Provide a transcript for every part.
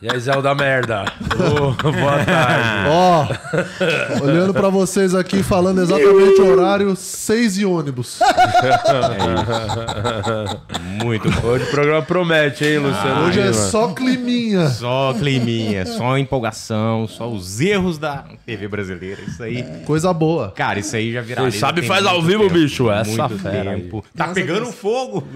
E aí, Zé o da merda. Ô, boa tarde. Ó, olhando pra vocês aqui, falando exatamente o horário, 6 e ônibus. Muito. Hoje o programa promete, hein, Luciano? Hoje é Lima? só climinha. Só climinha, só empolgação, só os erros da TV brasileira. Isso aí. Coisa boa. Cara, isso aí já viralizou. Quem sabe tem faz muito ao vivo, tempo, bicho. Essa muito fera aí. tempo. Tá Nossa, pegando É. Deus. fogo.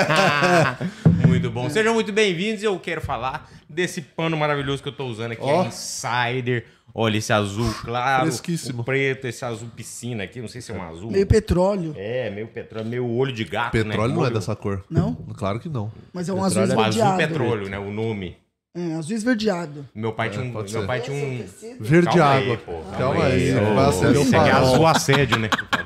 muito bom. Sejam muito bem-vindos. Eu quero falar desse pano maravilhoso que eu tô usando aqui. Ó. É Insider. Olha esse azul claro. Fresquíssimo. o preto, esse azul piscina aqui. Não sei se é um azul. Meio petróleo. É, meio petróleo, meio olho de gato, né? Petróleo não é Olho- dessa cor. Não? Claro que não. Mas é um azul O azul esverdeado. petróleo, né? O nome. É, azul esverdeado. Meu pai É, tinha um... É, pode Meu ser. pai tinha um... Verde Calma aí, água. pô, calma calma aí. aí, ô, vai acender o Isso aqui é farol. azul assédio, né? É.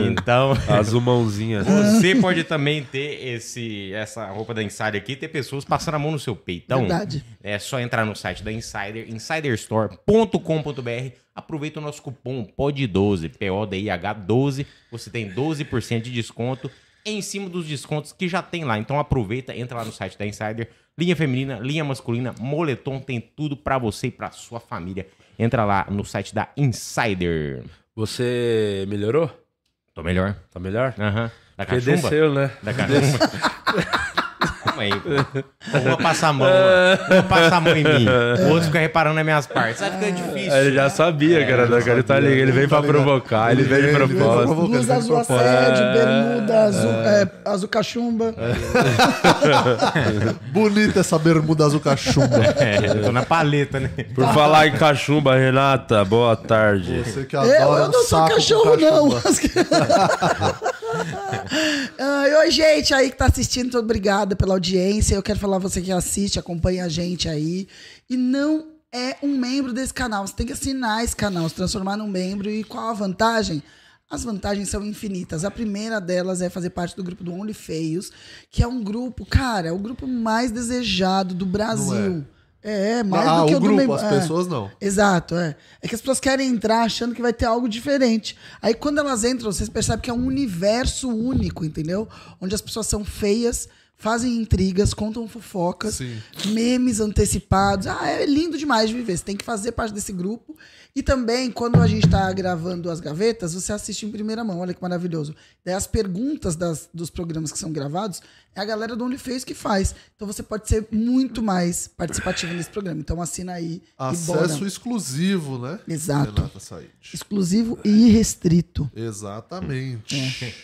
Então, Azul mãozinha. você pode também ter esse, essa roupa da Insider aqui, ter pessoas passando a mão no seu peitão. Verdade. É só entrar no site da Insider, insiderstore.com.br. Aproveita o nosso cupom POD12, P-O-D-I-H-12. Você tem 12% de desconto em cima dos descontos que já tem lá. Então aproveita, entra lá no site da Insider. Linha feminina, linha masculina, moletom, tem tudo pra você e pra sua família. Entra lá no site da Insider. Você melhorou? Tô melhor. Tá melhor? Aham. Da Porque cachumba? desceu, né? Da cachumba? Calma aí. pô. Eu Vou passar a mão. Vou passar a mão em mim. O outro fica reparando nas minhas partes. Vai ficando difícil. Ele já sabia, É, cara. da cara. Ele, tá ligado, ele vem pra provocar, ele vem de Ele veio pra propósito. provocar, ele Blusa veio azul de propósito. assédio, bermuda azul, é, azul cachumba. Bonita essa bermuda azul cachumba. É, eu tô na paleta, né? Por falar em cachumba, Renata, boa tarde. Você que Eu, adora eu não um sou saco com cachorro, não. cachumba. Ai, Oi, gente aí que tá assistindo, muito obrigada pela audiência. Eu quero falar você que assiste, acompanha a gente aí. E não é um membro desse canal. Você tem que assinar esse canal, se transformar num membro. E qual a vantagem? As vantagens são infinitas. A primeira delas é fazer parte do grupo do Only Feios, que é um grupo, cara, é o grupo mais desejado do Brasil. É, mais Ah, do que o o do grupo, membro. as é. pessoas não. Exato, é. É que as pessoas querem entrar achando que vai ter algo diferente. Aí quando elas entram, vocês percebem que é um universo único, entendeu? Onde as pessoas são feias, fazem intrigas, contam fofocas, Sim. memes antecipados. Ah, é lindo demais de viver. Você tem que fazer parte desse grupo. E também, quando a gente tá gravando as gavetas, você assiste em primeira mão. Olha que maravilhoso. Daí as perguntas das- dos programas que são gravados é a galera do OnlyFans que faz. Então você pode ser muito mais participativo nesse programa. Então assina aí e Acesso bora. exclusivo, né? Exato. Renata Said. Exclusivo e irrestrito. Exatamente.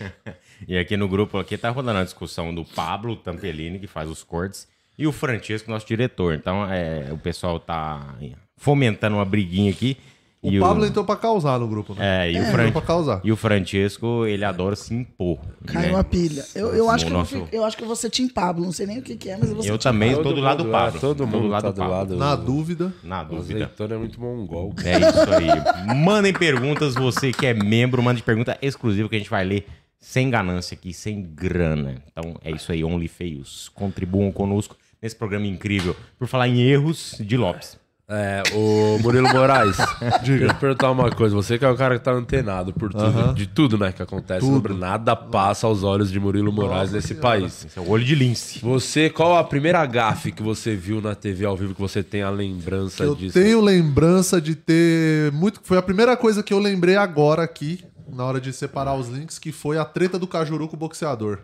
E aqui no grupo aqui tá rolando a discussão do Pablo Tampelini, que faz os cortes, e o Francesco, nosso diretor. Então, é, o pessoal tá fomentando uma briguinha aqui. e O Pablo entrou pra causar no grupo, né? É, e o Entrou Fran- pra causar. E o Francesco, ele adora se impor. Caiu né? a pilha. Eu, eu, acho O que eu, não nosso- fico- eu acho que eu vou ser Tim Pablo. Não sei nem o que, que é, mas eu vou ser Eu Tim também Todo tô do lado do mundo, é, Pablo. Todo Tô mundo tá do Pablo. lado. Na dúvida. Na O dúvida. azeitona é muito mongol. cara. É isso aí. Mandem perguntas, você que é membro, mande pergunta exclusiva que a gente vai ler sem ganância aqui, sem grana. Então é isso aí, Only Feios. Contribuam conosco nesse programa incrível. Por falar em erros de Lopes. É, o Murilo Moraes, deixa eu te perguntar uma coisa. Você que é o cara que tá antenado por tudo, de tudo, né, que acontece. no Brasil. Nada passa aos olhos de Murilo Moraes nesse país. Esse é o olho de lince. Você, qual a primeira gafe que você viu na TV ao vivo que você tem a lembrança Eu disso? tenho lembrança de ter muito. Foi a primeira coisa que eu lembrei agora aqui, na hora de separar os links, que foi a treta do Cajuru com o boxeador.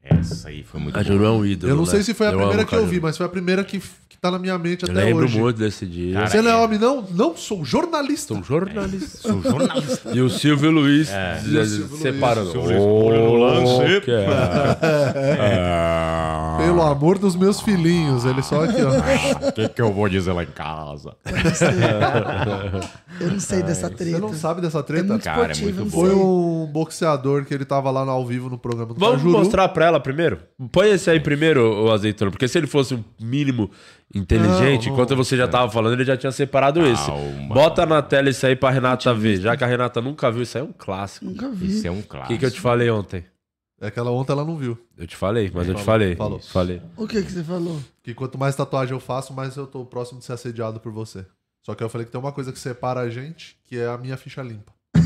Essa aí foi muito boa. Cajuru é um ídolo. eu não sei né? se foi a primeira amo que eu Cajuru. vi, mas foi a primeira que, que tá na minha mente Eu até lembro hoje. muito desse dia. Cara, Você não é é. homem, não? Não, sou jornalista. Sou jornalista. Sou jornalista. E o Silvio Luiz E separando. separando. o Silvio Luiz. É. Silvio Luiz, olho no lance. que é. Ah. Pelo amor dos meus filhinhos, ele só aqui, ó. Ah, O que, que eu vou dizer lá em casa? Pablo. Eu não sei. Eu não sei dessa Você Tá treta. não sabe dessa É treta? muito Cara, é esportivo, muito eu bom. não Foi sei. um boxeador que ele tava lá no ao vivo no programa do Vamos Cajuru. mostrar pra ela primeiro? Põe esse aí primeiro, o azeitona, porque se ele fosse um mínimo inteligente, Não, enquanto você já tava falando, ele já tinha separado esse. Calma. Bota na tela isso aí pra Renata ver, já que a Renata nunca viu, isso aí é um clássico. Nunca vi. Isso é um O clássico. que, que eu te falei ontem? É aquela ontem ela não viu. Eu te falei, mas eu te falei. falou. Falei. O que, que você falou? Que quanto mais tatuagem eu faço, mais eu tô próximo de ser assediado por você. Só que eu falei que tem uma coisa que separa a gente, que é a minha ficha limpa.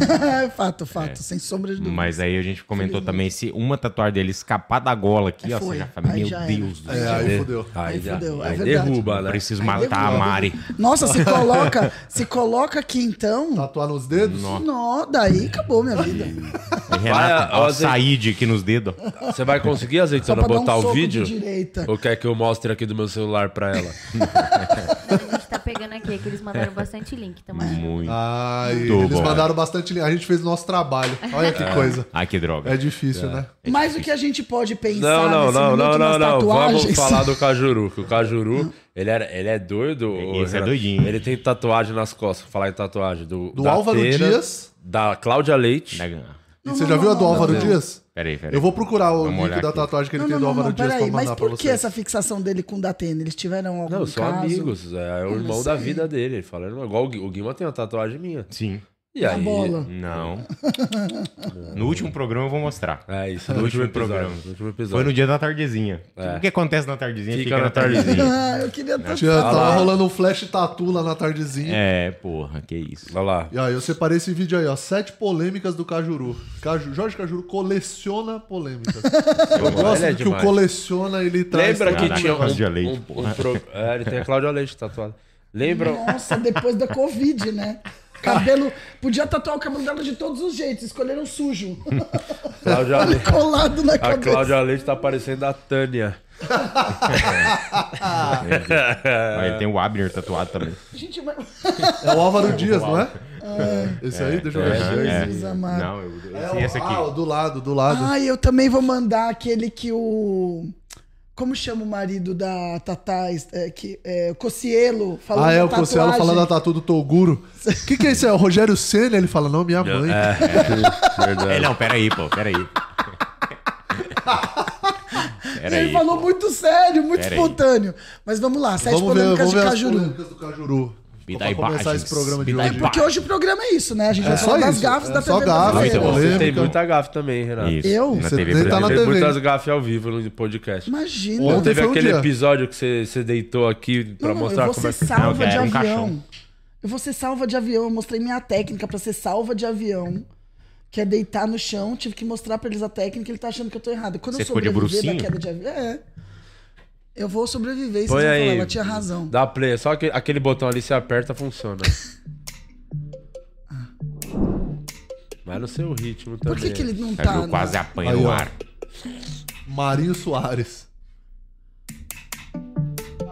fato, É. fato, sem sombra de dúvida. Mas aí a gente comentou também se uma tatuagem dele escapar da gola aqui, É, ó, foi. você já fala, Aí meu já era. Deus do É, céu. aí fodeu. Aí, Aí já- fudeu, é aí verdade. derruba, né? Preciso Aí matar a derruba. Mari. Nossa, se coloca, se coloca aqui então. Tatuar nos dedos? Não, daí acabou minha vida. E Renata, ó, ó, azeite. Said aqui nos dedos. ó. Você vai conseguir, azeitona, pra dar um botar o soco de vídeo? direita. Ou quer que eu mostre aqui do meu celular pra ela? A gente tá pegando aqui, é que eles mandaram bastante link. então- Tamo achando. Muito. Ai, Muito eles bom. mandaram bastante linha. A gente fez o nosso trabalho. Olha que coisa. Ai, que droga. É difícil, né? Mas o que a gente pode pensar Não, não, nesse não, minuto não, não, nas não. tatuagens? Vamos falar do Cajuru, que o Cajuru, ele, era, ele é doido. ô, Esse é Renato? doidinho. Ele tem tatuagem nas costas, falar em tatuagem. Do, Do da Álvaro Atena, Dias. Da Cláudia Leite. E você já viu a do Álvaro Dias? Peraí, peraí. Eu vou procurar o Vamos olhar link da aqui. tatuagem que ele Não, tem não, do não, Álvaro não, Dias pra peraí. mandar Mas pra por que vocês. essa fixação dele com o Datena? Eles tiveram algum Não, são caso? amigos. É, o Como irmão da assim? vida dele. Ele fala, irmão, igual o, Gui- o Guima tem uma tatuagem minha. Sim. E Na aí? bola. Não. No último programa eu vou mostrar. É isso, No no último último episódio. programa. No último Foi episódio. no dia da tardezinha. É. O que acontece na tardezinha Fica fica, na na tardezinha. Ah, eu queria tanto Tinha, falar. tava rolando um flash tatu lá na tardezinha. é, porra, que isso. Olha lá. E aí eu separei esse vídeo aí, ó. Sete polêmicas do Cajuru. Caju- Jorge Cajuru coleciona polêmicas. Eu gosto Ele é do que o demais. coleciona, ele traz... Lembra que Caraca, tinha um, Cláudia Leite, um- um porra. pro- É, ele tem a Cláudia Leite tatuada. Lembra... Nossa, depois da Covid, né? Cabelo. Podia tatuar o cabelo dela de todos os jeitos, escolheram sujo. Cláudia Leite... Colado na A cabeça. Cláudia Leite tá parecendo a Tânia. Ah. Aí ele tem o Abner tatuado também. Gente, mas... É o Álvaro Dias, não é? Esse aí, deixa eu ver. Jesus amado. Não, eu, É esse, o- esse aqui. Ah, o do lado, do lado. Ah, eu também vou mandar aquele que o. Como chama o marido da Tatá? É, que, é, o Cocielo falando Ah, é, da o Cossielo tatuagem. falando da tatu do Toguro. O que, que é isso? É o Rogério Senna? Ele fala, não, minha mãe. É, não, peraí, pô, peraí. E ele peraí. falou muito sério, muito Pera aí. espontâneo. Mas vamos lá, sete Vamos ver, polêmicas vamos ver de as Cajuru. polêmicas do Cajuru. Me dá Pra começar imagens, esse programa de me dá hoje. imagens. Porque hoje o programa é isso, né? A gente É vai só falar das isso, gafes é da só TV gafe, brasileira. muito bom. Ah, Você tem Lembra? muita gafe também, Renato. Isso, Eu? Na Você TV nem tá Você na Brasil. teve TV. muitas gafes ao vivo no podcast. Imagina. Ou Ontem teve foi um aquele dia. episódio que você, você deitou aqui pra Não, não, mostrar eu vou como é ser que... Não, salva cara, de era um avião. caixão. Eu vou ser salva de avião. Eu mostrei minha técnica pra ser salva de avião. Que é deitar no chão, tive que mostrar pra eles a técnica, ele tá achando que eu tô errado. Quando Você eu ficou de sobreviver da brucinho? queda de avião. É. Eu vou sobreviver, e vocês Põe vão falar, aí. ela tinha razão. Dá play. Só que aquele botão ali, você aperta, funciona. Mas no seu ritmo também. Por que, que ele não Sabe, tá? eu É quase apanho Aí, no ó. ar. Marinho Soares.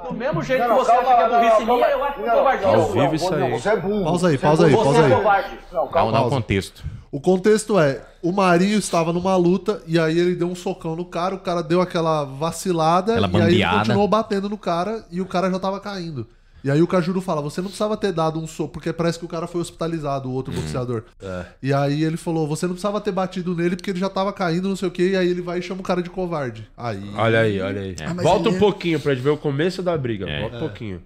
Do mesmo jeito que você acha que é burrice minha, eu acho que é covardia. Ao vivo isso aí. Você é burro. Pausa aí, Você pausa é aí, burro. pausa Você é aí. covarde. Não, Dá um- calma. dá um pausa. contexto. O contexto é, o Marinho estava numa luta e aí ele deu um socão no cara, o cara deu aquela vacilada Aquela e aí ele bambeada. continuou batendo no cara e o cara já tava caindo. E aí o Cajuru fala, você não precisava ter dado um soco, porque parece que o cara foi hospitalizado, o Uhum. outro boxeador. É. E aí ele falou, você não precisava ter batido nele porque ele já tava caindo, não sei o quê, e aí ele vai e chama o cara de covarde. Aí... Olha aí, olha aí. Ah, mas Volta ele- é- um pouquinho pra gente ver o começo da briga. É. Volta um pouquinho.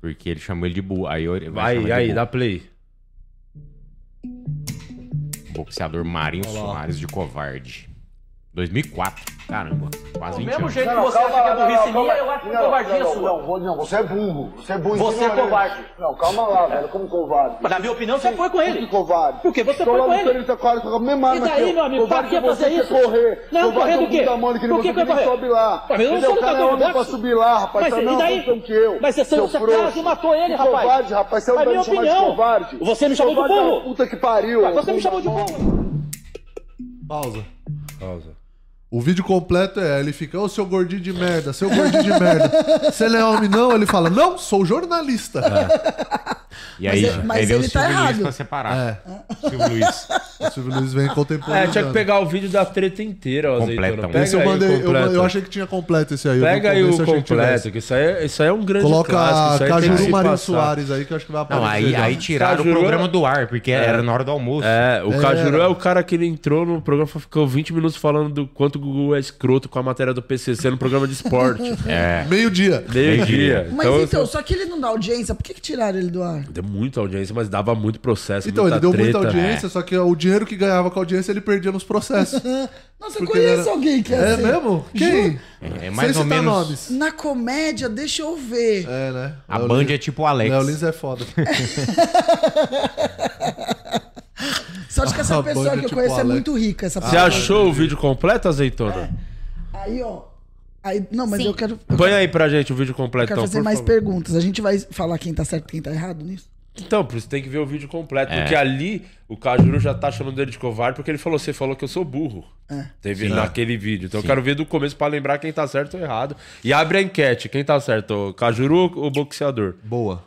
Porque ele chamou ele de burro. Aí, eu- vai chamar Aí, de aí, burro. dá play. Boxeador Marinho Soares de Covarde. 2004. Caramba, Do quase 20 mesmo anos. jeito que Não, você acha que é calma lá, burrice não, minha, calma- eu acho que é não, covardia não, sua. Não, vou- não, você é burro. Você é burro. em Você cima é dele. covarde. Não, calma lá, velho. Como covarde? Na minha opinião, você foi com ele. Que covarde. Por quê? Você Tô foi lá com no ele. 3040, com a mesma arma E daí, que eu. meu amigo, Covarde pra que é você fazer que isso? correr. Não, Covarde correr é do o quê? Damone, que Por não que que conseguiu vai nem correr? sobe lá. Mas eu não Entendeu? sou O cara é lutador de homem pra boxe. subir lá, rapaz. Mas Tá e não, daí? você não que eu. Mas você seu não- você frouxo. quase matou ele, Que rapaz. Covarde, rapaz. Você não Mas deve me minha chamar de opinião, covarde. você me chamou de Covarde é uma burro. Puta que pariu. Mas Você me chamou de burro. Pausa. Pausa. O vídeo completo é, ele fica, ô seu gordinho de merda, seu gordinho de merda. Você não é homem não? Ele fala, não, sou jornalista. É. E aí, Mas ele- mas aí veio o ele tá Silvio Luiz errado. pra separar. Silvio Luiz. O Silvio É. Luiz vem É, Ah, contemporâneo. tinha que pegar o vídeo da treta inteira, ó, Completa, Azeitona. um. Pega Esse eu aí o mandei, eu, completo. eu achei que tinha completo esse aí. eu Pega no aí começo o eu achei que completo, tivesse. que isso aí, é- isso aí é um grande Coloca clássico. Isso aí tem que Cajuru se Marinho passar. Soares aí, que eu acho que vai aparecer. Não, É, aí, já. aí tiraram Cajuru o programa era- do ar, porque era na hora do almoço. É, o Cajuru é o cara que ele entrou no programa e ficou 20 minutos falando do quanto o Gugu é escroto com a matéria do PCC no programa de esporte. É. Meio-dia. Meio-dia. Mas Então, então, só que ele não dá audiência, por que, que tiraram ele do ar? deu muita audiência, mas dava muito processo, Então, muita ele deu tá treta. muita audiência, só que o dinheiro que ganhava com a audiência ele perdia nos processos. Nossa, eu Porque conheço era- alguém que é, É assim. mesmo? Quem? É, é mais Sem ou citar menos- nomes. Na comédia, deixa eu ver. É, né? A Léo Band Lins- é tipo o Alex. Léo Lins é foda. Ah, essa pessoa banda que eu tipo conheço é Alex. muito rica. Essa Você pessoa. achou o vídeo completo, azeitona? Aí, ó. Aí, não, mas Sim. eu quero. Põe aí pra gente o vídeo Eu completo, É. quero então, fazer por mais favor. perguntas. A gente vai falar quem tá certo e quem tá errado nisso? Então, por isso tem que ver o vídeo completo. Porque ali o Cajuru já tá chamando ele de covarde porque ele falou: você falou que eu sou burro. É. Teve naquele vídeo. Então eu quero ver do começo pra lembrar quem tá certo ou errado. E abre a enquete: quem tá certo? O Cajuru ou o boxeador? Boa.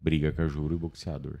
Briga Cajuru e boxeador.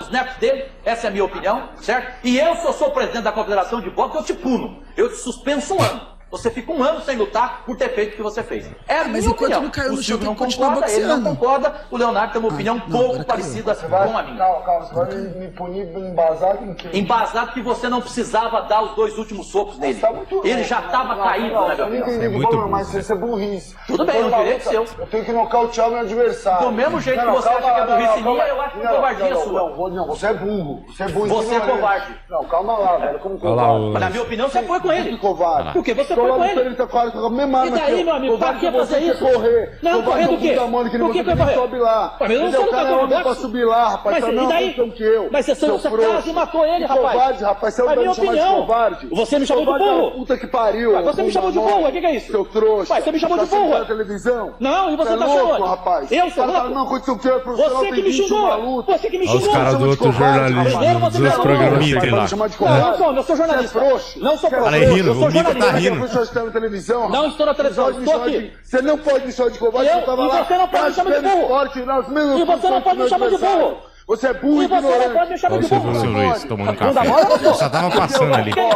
Os netos dele, essa é a minha opinião, certo? E eu, se eu sou presidente da Confederação de Boxe, eu te puno. Eu te suspenso um ano. Você fica um ano sem lutar por ter feito o que você fez. É a minha mas enquanto opinião. não caiu no o chão, Silvio não tem que continuar concorda, ele não boxeando. Ah, concorda. O Leonardo tem uma opinião não, agora pouco caiu. parecida com a Vai, minha. calma, calma, você vai me- me punir embasado em quê? Embasado que você não precisava dar os dois últimos socos nele. Tá muito louco, ele já né? estava Não, não, caído, né, Eu não Gabriel? entendi o que muito falou, burro, mas isso é burrice. Tudo Eu bem, tô é um na direito luta, seu. Eu tenho que nocautear meu adversário. Do mesmo jeito que você acha que é burrice minha, eu acho que é covardia não, sua. Não, vou- não, você é burro. Você é burro. Você você é covarde. Não, calma lá, velho. Como Olha lá o- covarde? Mas na minha opinião, você foi com ele. Que covarde. Por quê? Você Tô lá foi com no ele. Pereira Quadra, com a mesma E arma daí, que eu. meu amigo, pra Covarde que você você quer isso? correr? Não, Covarde correr é um do quê? puta mano que nem Por que você que vai nem correr? sobe lá. Mas eu não Entendeu? sou O cara é lutador de homem pra boxe. subir lá, rapaz. Mas Tá e na mesma daí? posição que eu. Mas você saiu seu dessa frouxo. casa e matou ele, Que rapaz. Covarde, rapaz. Você é Mas minha me chamar de opinião. covarde. Você me chamou de Covarde é uma burro. Puta que pariu. Mas você me chamou de burro, o que que é isso? Seu trouxa. Mas você me chamou de sentado burro. na tá televisão? Não, e você é tá louco, achando? rapaz. Eu sou Cara, tá louco? Não, quando seu queiro é profissional, Você que tem me 21 xingou! malutos. Você que me Olha os xingou! caras do chama de outro é um covarde, jornalismo, primeiro você dos me outros chamou de burro. programas. que tem Mitem lá. lá. Vai chamar de Não, eu covarde. não sou, eu sou jornalista. Você é frouxo. Não sou Você é professor, Olha aí, rindo, eu sou o Mico tá jornalista. rindo. Você é está na televisão. Não estou na televisão, Você estou pode me chamar aqui. de- Você não pode me chamar de covarde, Eu- você tava e lá. você não pode me chamar de praticando burro. esporte nas mesmas E você não posições pode me que chamar de adversário. burro. Você é burro E você não pode me chamar de Olha o burro. seu Seu Luiz tomando um café. Eu só tava passando ali. Pra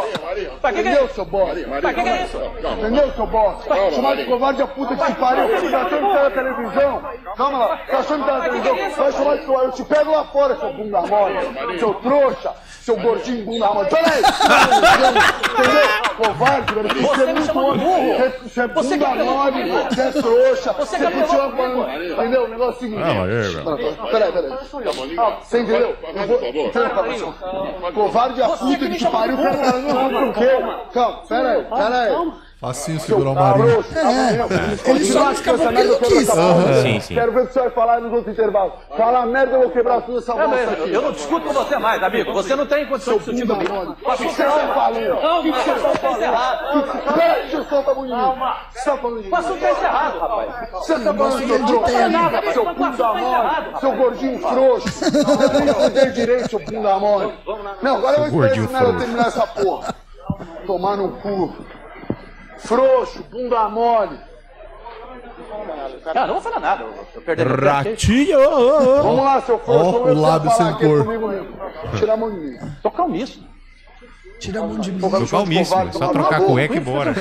que que é Entendeu, seu bosta? Pra que que é isso? Entendeu, seu bosta? Chamar de covarde é puta que te pariu. Você tá achando que tá na televisão? Calma lá. Tá achando que tá na televisão? Vai chamar de covarde. Eu te pego lá fora, seu bunda mole. Seu trouxa. Seu gordinho bunda mole. Peraí. Entendeu? Covarde, velho. é Você me muito chamou de homem. burro. Você- Você é Você bunda quer- mole. Você é trouxa. Você Você quer curtiu a provocar comigo. banda. Entendeu? O negócio é o seguinte. Não, é, velho. Peraí, peraí. Ah, Você entendeu? Eu vou- Pera, Fabrício. Covarde é a Você que puta me que te chamou pariu, de cara. tá burro. Não, não, não, calma. Calma, pera aí, pera aí. Facinho Seu segurar o Marinho. caroço, É. Ele só Continua não escapou descansando, porque ele não eu quero quis. essa porra. Sim, sim. Quero ver o que você vai falar nos outros intervalos. Fala merda, eu vou quebrar tudo essa É bolsa mesmo, aqui. eu não discuto com você mais, amigo. Você não tem condição de discutir Bunda comigo. mole. A O que você tá falando? Não, O que o você assunto tá tá encerrado. falando? Peraí, deixa eu soltar a mão de mim. Você tá falando de O mim? assunto tá encerrado, rapaz. Você tá falando de Não tem nada, droga, rapaz. seu Mas o assunto bunda tá mole, encerrado. seu gordinho frouxo. Você tem que entender direito, seu bunda mole. Não, agora eu vou esperar gordinho esse merda frouxo. terminar essa porra. Tomar no cu. Frouxo, bunda mole. Não, não vou falar nada. Eu tô perdendo meu tempo aqui. Ratinho! ô, ô, ô. Vamos lá, seu frouxo. Ó, vamos o ver se vai lábio falar sem aqui cor. comigo mesmo. Tira a mão de mim. Tô calmíssimo. Tira a mão de mim. Tô calmíssimo, só trocar a cueca e ir embora.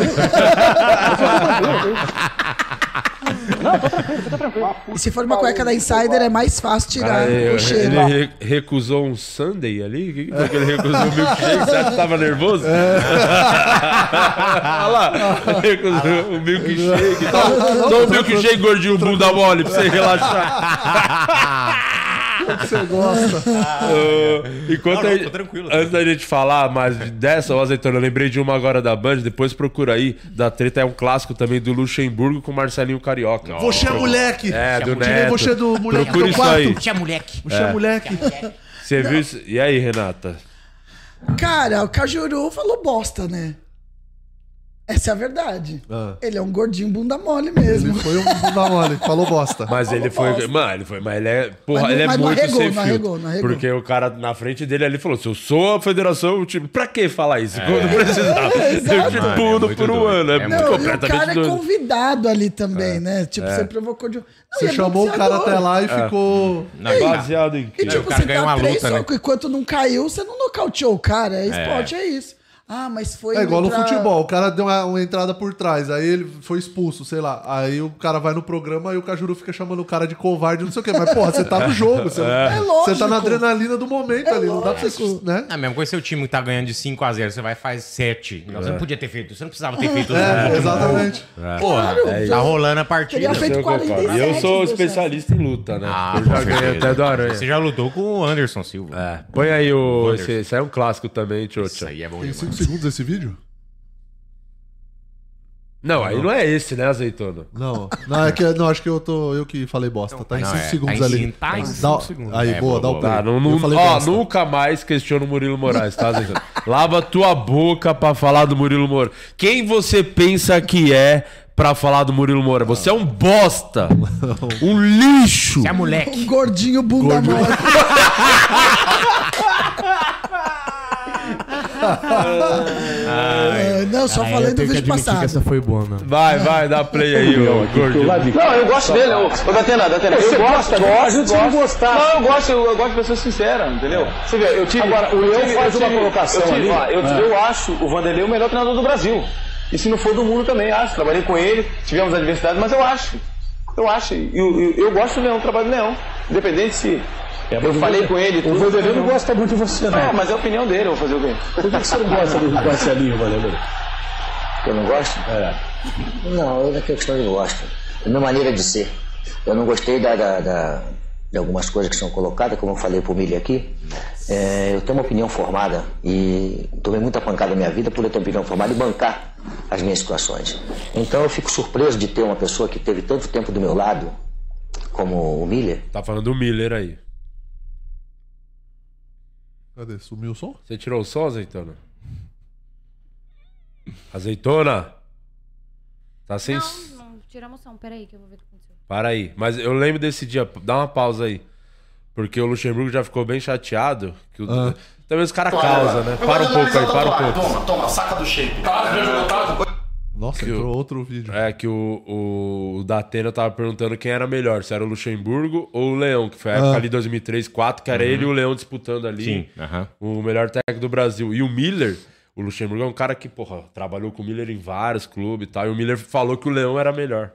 E se for uma cueca da Insider, é mais fácil tirar Cara, o ele, cheiro. ele re- recusou um Sunday ali? O que que foi que ele recusou o milkshake? Você acha que tava nervoso? É. Olha lá, recusou o milkshake. Toma- Toma o um milkshake, gordinho, bunda mole, pra você relaxar. Você gosta? Ah, Enquanto Não, a não, gente- tô tranquilo. antes da gente falar mais dessa, ó, azeitona, eu lembrei de uma agora da Band, depois procura aí. Da treta é um clássico também do Luxemburgo com Marcelinho Carioca. Você é moleque. É, do Tirei Neto. você do moleque Procura do isso quarto. aí. Tinha moleque. Você é moleque. Você viu isso? E aí, Renata? Cara, o Cajuru falou bosta, né? Essa é a verdade. Ah. Ele é um gordinho bunda mole Ele mesmo. foi um bunda mole, falou bosta. Mas ele foi. Mano, ele foi. Mas ele é. Porra, Mas não- ele é mas não muito arregou, sem não fio. arregou, não arregou. Porque o cara na frente dele ali falou: se eu sou a federação, eu te... pra que falar isso? Quando precisar. eu te Mano, é puno muito por um doido. ano. É, É muito muito Não, e o completamente cara é doido. convidado ali também, né? Tipo, você provocou de. Não, e É. Você é chamou o cara boxeador. até lá e ficou. é Baseado em E quê? tipo, o cara você ganhou tá uma três luta, né? socos, enquanto não caiu, você não nocauteou o cara. É esporte, é, isso. Ah, mas foi. É igual no outra- futebol, o cara deu uma, uma entrada por trás, aí ele foi expulso, sei lá. Aí o cara vai no programa e o Cajuru fica chamando o cara de covarde, não sei o quê. Mas, porra, você tá no jogo, você, É lógico. É você tá na adrenalina do momento ali, não dá pra você. lógico. Né? É a mesma coisa se o time tá ganhando de 5x0, você vai e faz 7. Não, É. Você não podia ter feito, você não precisava ter feito. É, exatamente. Porra, é isso. então, tá rolando a partida. Teria feito Eu concordo. 47 E eu sou dos especialista em luta, né? Ah, eu já com ganhei certeza. até do Aranha. Você já lutou com o Anderson Silva. É, põe aí o. Wanderson. Esse, esse aí é um clássico também, Isso Tchotcha. aí é bom Tem demais. 5 segundos esse vídeo? Não, aí não é esse, né, azeitona? Não, não, é que, não, acho que eu, tô, eu que falei bosta. Tá em não, 5 é, tá segundos em ali. cinco- tá em cinco Dá- segundos. Aí, É, boa, boa, dá o boa. play. Tá, não, Eu não, falei ó, bosta. nunca mais questiona o Murilo Moraes, tá, Azeitona? Lava tua boca pra falar do Murilo Moura. Quem você pensa que é pra falar do Murilo Moura? Você é um bosta! Um lixo! É moleque. Um gordinho bunda mole. É, não, só falei do vídeo passado. foi boa, meu. Vai, vai, dá play aí, ô é gordinho. Não, eu gosto dele, eu, eu Datena, Datena. Eu gosto, gosto, gosto. Gostar. Não, eu gosto, eu, eu gosto de pessoas sinceras, entendeu? Você vê, eu tive. Agora, o Leão faz uma colocação eu tive, ali. Eu, É. eu acho o Vanderlei é o melhor treinador do Brasil. E se não for do mundo também, acho. Trabalhei com ele, tivemos adversidade, mas eu acho. Eu acho. E Eu, eu, eu gosto do Leão, do trabalho do Leão. Independente se. eu falei com ele. É, O Vanderlei não gosta muito de você, não. É, mas é a opinião dele, eu vou fazer o quê? Por que você não gosta do Marcelinho, É. Vanderlei? Eu não gosto? Não, eu da questão eu gosto. É minha maneira de ser. Eu não gostei da, da- da- de algumas coisas que são colocadas, como eu falei pro Milho aqui. É, eu tenho uma opinião formada e tomei muita pancada na minha vida por eu ter uma opinião formada e bancar as minhas situações. Então eu fico surpreso de ter uma pessoa que teve tanto tempo do meu lado, como o Miller, Tá falando do Miller aí. Cadê? Sumiu o som? Você tirou o som, azeitona? Azeitona? Tá sem. s- Não, não, tiramos som. Peraí, que eu vou ver o que aconteceu. Para aí. Mas eu lembro desse dia. Dá uma pausa aí. Porque o Luxemburgo já ficou bem chateado. Que o... Ah. Também os caras causam, né? Para um pouco aí, para um pouco. Toma, toma, saca do shape. Nossa, Que entrou o- outro vídeo. É que o, o, o Datena tava perguntando quem era melhor, se era o Luxemburgo ou o Leão, que foi a Ah. época ali 2003, 2004, que era ele e o Leão disputando ali Uhum. Sim, aham. o melhor técnico do Brasil. E o Miller, o Luxemburgo é um cara que, porra, trabalhou com o Miller em vários clubes e tal, e o Miller falou que o Leão era melhor.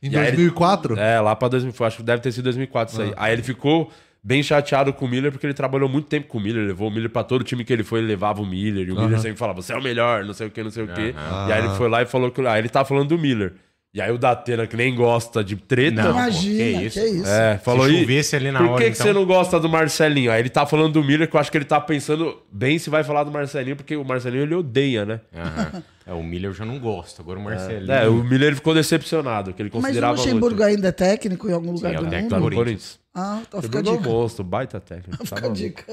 Em E aí ele- 2004? É, lá pra 2004, acho que deve ter sido 2004 isso aí. Ah. Aí ele ficou bem chateado com o Miller, porque ele trabalhou muito tempo com o Miller, levou o Miller pra todo time que ele foi, ele levava o Miller, e o Miller sempre falava, você é o melhor, não sei o que, não sei o que. E aí ele foi lá e falou que... Aí ele tá falando do Miller. E aí o Datena, que nem gosta de treta... Não, Imagina, pô, que isso. que isso. É, falou Se aí. chovesse ali na Por hora, que, que então?" você não gosta do Marcelinho? Aí ele tá falando do Miller, que eu acho que ele tá pensando bem se vai falar do Marcelinho, porque o Marcelinho ele odeia, né? Aham. É, o Miller eu já não gosto. Agora o Marcelinho. É, o Miller ficou decepcionado, que ele Mas o considerava muito. Luxemburgo ainda é técnico em algum lugar Sim, é o do técnico Tá mundo? no Corinthians. Ah, tá Fica ficando dica. é um monstro, baita técnico. Tá Fica a maluco. dica.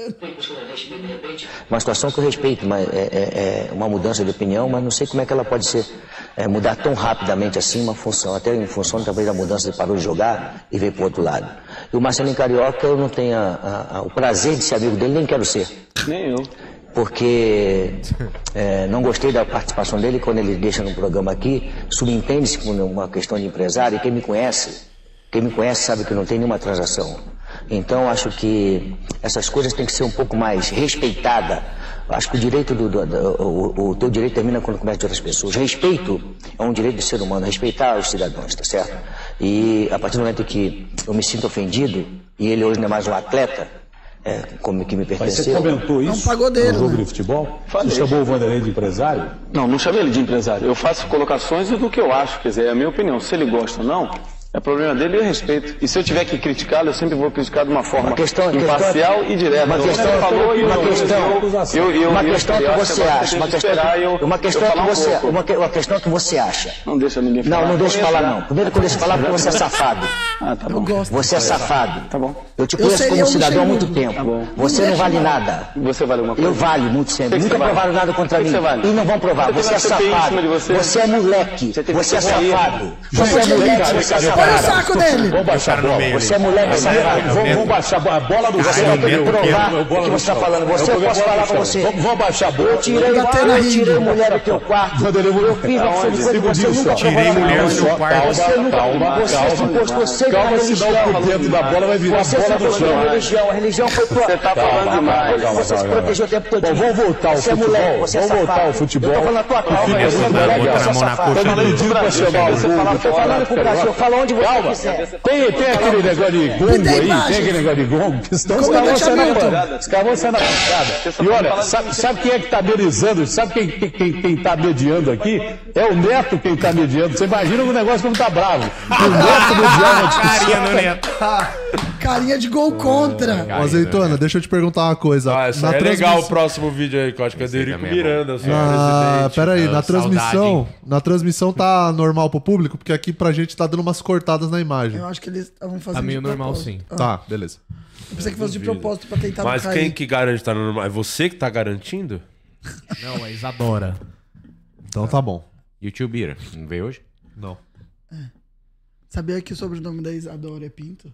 uma situação que eu respeito, mas é, é- é uma mudança de opinião, mas não sei como é que ela pode ser é, mudar tão rapidamente assim uma função, até em função talvez da mudança de parou de jogar e veio para outro lado. E o Marcelinho Carioca, eu não tenho a- a- a- o prazer de ser amigo dele, nem quero ser. Nem eu. Porque é, não gostei da participação dele quando ele deixa no programa aqui, subentende-se como uma questão de empresário, e quem me conhece, quem me conhece sabe que não tem nenhuma transação. Então acho que essas coisas têm que ser um pouco mais respeitada. Acho que o direito do, do- do- o, o teu direito termina quando começa de outras pessoas. Respeito é um direito do ser humano, respeitar os cidadãos, tá certo? E a partir do momento que eu me sinto ofendido e ele hoje não é mais um atleta, é, como que me pertenceu. É um pagodeiro, né? Falei. Você chamou o Vanderlei de empresário? Não, não chamei ele de empresário. Eu faço colocações do que eu acho, quer dizer, é a minha opinião. Se ele gosta ou não, é problema dele e eu respeito. E se eu tiver que criticá-lo, eu sempre vou criticar de uma forma Uma questão- imparcial questão- e direta. uma Você questão- falou e uma eu- questão- eu, eu, eu, uma eu- questão que eu acho você agora acha, uma deixa eu questão, esperar eu- uma eu questão que falar um você, pouco. uma, que- uma questão que você acha. Não deixa ninguém falar. Não, não deixa eu Conheço, falar né? não. Primeiro que eu deixo falar porque você é safado. Ah, tá Eu bom. gosto. Você é safado. Tá bom. Eu te Eu conheço seria como um cidadão há muito Luxemburgo. tempo. Você não vale nada. E Você vale alguma coisa? Eu valho muito sempre. Que que Nunca você vale? provaram nada contra Que que mim. você vale? E não vão provar. Você tem Você é uma CPI em cima de safado. você? Você é moleque. Você tem que Você é ser ruim. safado. Você é moleque. Você é Põe o safado. saco dele. baixar a bola. Você é moleque safado. Vamos baixar a bola do Você não tem que provar o que você está falando. Você eu posso falar pra você. Vamos baixar a Eu bola. tirei, Tá tendo eu tirei rindo. mulher do teu quarto. Vanderlei, Eu fiz uma Aonde? coisa que você Segundinho nunca só. provou. Tirei mulher do seu quarto. Você nunca Calma, Você calma. se encostou sempre na Calma, senão religião. por dentro da bola vai virar Você se bola do encostou chão. na religião. A religião foi pro. Você tá falando demais. Você se protegeu o tempo todo. Bom, vamos voltar ao Você é futebol. moleque, você é Vamos voltar safado. ao futebol. Eu tô falando a tua calma. fica você é ajudando, moleque, botando você a é mão na safado. coxa Eu tô dele. falando Pra chamar o gol, Eu tô falando pro Brasil. Fala onde você Calma. quiser. Tem, tem aquele negócio de gongo Me dê aí, imagens. tem aquele negócio de gongo, que senão os é Como caras vão sair na deixa eu ver, pancada. Os caras vão sair na pancada. tá E olha, sabe, sabe quem é que tá mediando? Sabe quem, quem, quem, quem tá mediando aqui? É o Neto quem tá mediando. Você imagina o negócio como tá bravo. O Neto mediando a discussão. Carinha no Ah, Neto. carinha de gol contra. Ô, é, Azeitona, deixa eu te perguntar uma coisa. Ah, isso Na aí é legal o transmissão- próximo vídeo aí, que eu acho que é do Eurico Miranda, senhor Ah, presidente. peraí, na Ah, transmissão, saudade, hein? na transmissão tá normal pro público? Porque aqui pra gente tá dando umas cortadas na imagem. Eu acho que eles estavam fazendo. meio de normal, propósito. sim. Ah. Tá, beleza. Eu pensei que fosse de Duvido. propósito pra tentar não Mas cair. quem que garante tá normal? É você que tá garantindo? Não, é a Isadora. Então tá bom. E o tio Bira, não veio hoje? Não. Ah, é. Sabia que o sobrenome da Isadora é Pinto?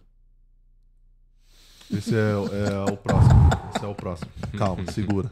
Esse é, o- é o próximo. Esse é o próximo. Calma, segura.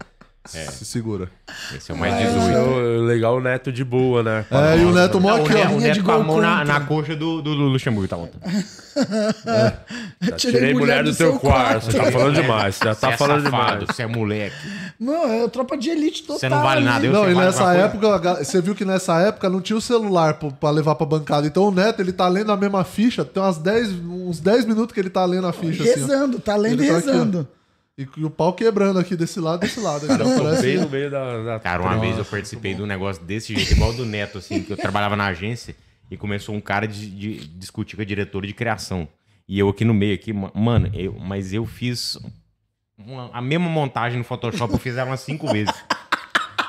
É. Se segura. então, Esse É, legal o Neto de boa, né? É, e o Neto mó aqui, ó. O Linha de Neto com a gol mão na, contra. na coxa do, do Luxemburgo, tá ontem. É. Já tirei, mulher do, seu quarto. Você tá falando demais. Você já tá Você é falando safado, demais. Você é moleque. Não, é tropa de elite total. Você não vale nada, eu não, sei e mais nessa uma coisa. época, a ga- você viu que nessa época não tinha o celular pro- pra levar pra bancada. Então o Neto, ele tá lendo a mesma ficha, tem umas 10, uns 10 minutos que ele tá lendo a ficha. assim, ó. Rezando, tá lendo e Ele tá aqui, ó. rezando. e, e o pau quebrando aqui desse lado, desse lado. Então Cara, eu tô Parece- bem no meio da. Cara, uma vez eu participei de um negócio desse jeito, igual do Neto, assim, que eu trabalhava na agência e começou um cara de, de discutir com a diretora de criação. E eu aqui no meio, aqui, ma- mano, eu, mas eu fiz uma- a mesma montagem no Photoshop, eu fiz ela umas cinco vezes.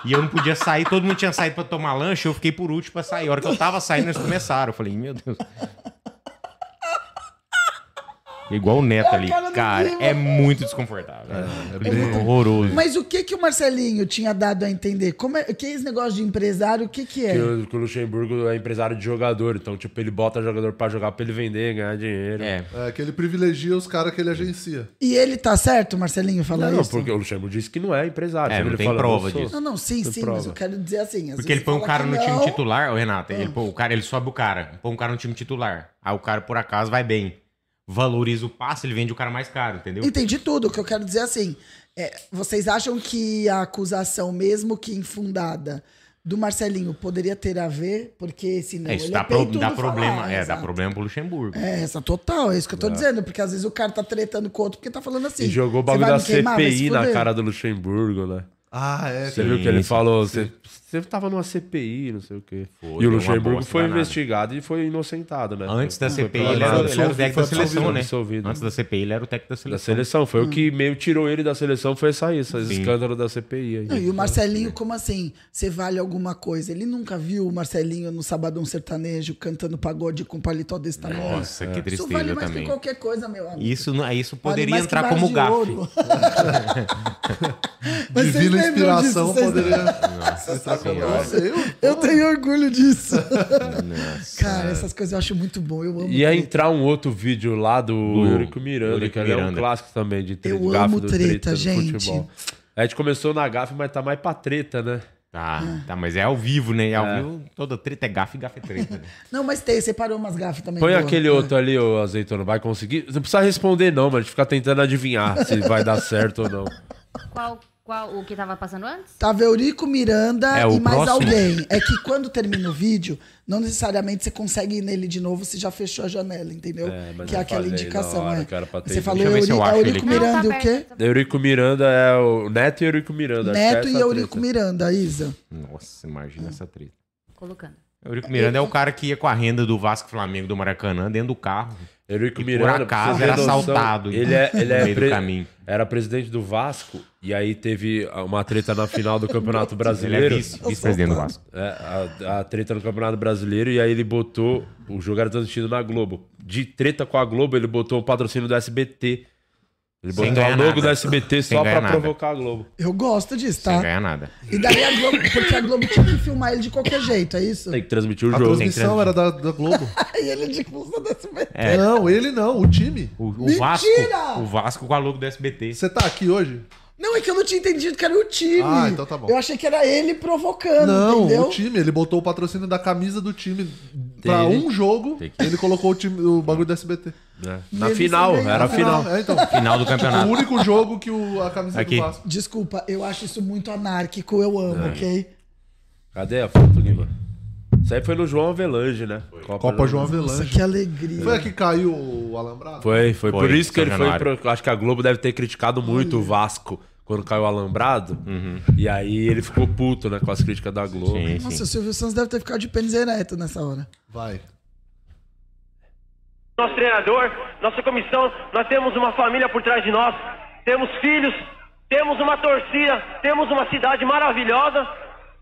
E eu não podia sair, todo mundo tinha saído pra tomar lanche, eu fiquei por último pra sair. A hora que eu tava saindo, eles começaram. Eu falei, meu Deus. É Igual o Neto ali. cara do Cara, Guima. é muito desconfortável. É, bem- horroroso. Mas o que que o Marcelinho tinha dado a entender? Como é, que é esse negócio de empresário, o que que é? Que o, que o Luxemburgo é empresário de jogador, então, tipo, ele bota jogador pra jogar pra ele vender, ganhar dinheiro. É. É, que ele privilegia os caras que ele agencia. E ele tá certo, Marcelinho, falar Não, isso? porque o Luxemburgo disse que não é empresário. É, sabe? não Ele tem fala, prova eu sou. disso. Não, não, sim, Tem sim, prova. mas eu quero dizer assim. às Porque vezes ele põe um fala cara que no não. É. time titular, ô Renata, ele põe o cara, ele sobe o cara, põe um cara no time titular. Aí o cara por acaso vai bem. Valoriza o passe, ele vende o cara mais caro, entendeu? Entendi tudo. O que eu quero dizer assim. é, vocês acham que a acusação, mesmo que infundada, do Marcelinho poderia ter a ver? Porque senão É, isso ele dá, é pro- peitudo dá falar, problema, é, dá exato. problema pro Luxemburgo. É, essa total, é isso que eu tô É. dizendo, porque às vezes o cara tá tretando com o outro porque tá falando assim. E jogou o "Você bagulho vai da me queimar, vai se CPI na fuder". cara do Luxemburgo, né? Ah, é. Você sim, viu que ele sim, falou? Você, você tava numa CPI, não sei o quê. e deu o uma Luxemburgo bosta foi danada. investigado e foi inocentado, né? Antes da Foi CPI, pra- ele era, Foi ele era o absolvido, técnico foi da seleção, absolvido, né? absolvido. Antes da CPI, ele era o técnico da seleção. Da seleção, foi o Hum. que meio tirou ele da seleção, foi essa isso, esse Sim. escândalo da CPI aí. Não, e o Marcelinho, como assim? Você vale alguma coisa? Ele nunca viu o Marcelinho no Sabadão Sertanejo cantando pagode com paletó desse tamanho. Nossa, É. que Isso tristeza vale mais também. que qualquer coisa, meu amigo. Isso, não- isso Vale poderia mais que entrar barra como de gafe. ouro. Mas vocês Divina lembram inspiração disso, vocês poderia. lembram? Nossa tá entrar com- Senhora. Nossa, eu? Eu tenho orgulho disso. Nossa. Cara, essas coisas eu acho muito bom. Eu amo Ia treta. entrar um outro vídeo lá do, Do Eurico Miranda, Eurico que ele é um Miranda. clássico também de treta, Eu gafe amo do treta, do gente. futebol. A gente começou na gafe, mas tá mais pra treta, né? Tá, tá, mas é ao vivo, né? É ao vivo, toda treta é gafe e gafe é treta. né? Não, mas tem, você parou umas gafas também. Põe boa. É. aquele outro ali, ô azeitona, vai conseguir? Você não precisa responder, não, mas ficar tentando adivinhar se vai dar certo ou não. Qual, qual o que tava passando antes? Tava Eurico Miranda É, o e mais próximo. alguém. É que quando termina o vídeo, não necessariamente você consegue ir nele de novo, você já fechou a janela, entendeu? É, mas que é eu aquela falei na indicação. hora é. que era pra ter Você ido. falou Deixa eu ver se eu Eurico, acho ele Eurico aqui. Miranda Não, e tá o quê? Eurico Miranda é o Neto e Eurico Miranda. acho que é Neto e essa Eurico treta. Miranda, Isa. Nossa, imagina essa treta. Colocando. Eurico Miranda é o cara que ia com a renda do Vasco Flamengo do Maracanã dentro do carro. Eurico E Miranda, por pra acaso você ter era noção, assaltado Ele é, ele no é meio pre- do caminho. era presidente do Vasco e aí teve uma treta na final do Campeonato Brasileiro. Ele é vice- vice-presidente do Vasco. É, a, a treta no Campeonato Brasileiro e aí ele botou o jogo era transmitido na Globo. De treta com a Globo, ele botou o patrocínio do SBT. Ele Sem botou o ganhar logo nada. do SBT Sem só ganhar pra nada. provocar a Globo. Eu gosto disso, Sem tá? ganhar nada. E daí a Globo, porque a Globo tinha que filmar ele de qualquer jeito, é isso? Tem que transmitir o A jogo. transmissão era da, da Globo. E ele de expulsa desse É. Não, ele não, o time. O, o Mentira! Vasco. O Vasco com a logo do SBT. Você tá aqui hoje? Não, é que eu não tinha entendido que era o time. Ah, então tá bom. Eu achei que era ele provocando, Não, entendeu? o time, ele botou o patrocínio da camisa do time pra Tem- um jogo, tem que- ele colocou o, time, o bagulho do SBT. É. né? Na Ele final, sem ganhar. era a Na final. É, então. Final do O campeonato. único jogo que o- a camisa Aqui. É, do Vasco. Desculpa, eu acho isso muito anárquico, eu amo, ok? Cadê a foto, Guima? Isso aí foi no João Avelange, né? Copa João Nossa, Avelange. que alegria. Foi a que caiu o Alambrado? Foi, Foi, foi. Por isso que São ele foi. Januário. Pro, acho que a Globo deve ter criticado muito o Vasco quando caiu o Alambrado. E aí ele ficou puto, né? Com as críticas da Globo. Uhum. Sim, sim. Nossa, o Silvio Santos deve ter ficado de pênis ereto nessa hora. Vai. nosso treinador, nossa comissão, nós temos uma família por trás de nós, temos filhos, temos uma torcida, temos uma cidade maravilhosa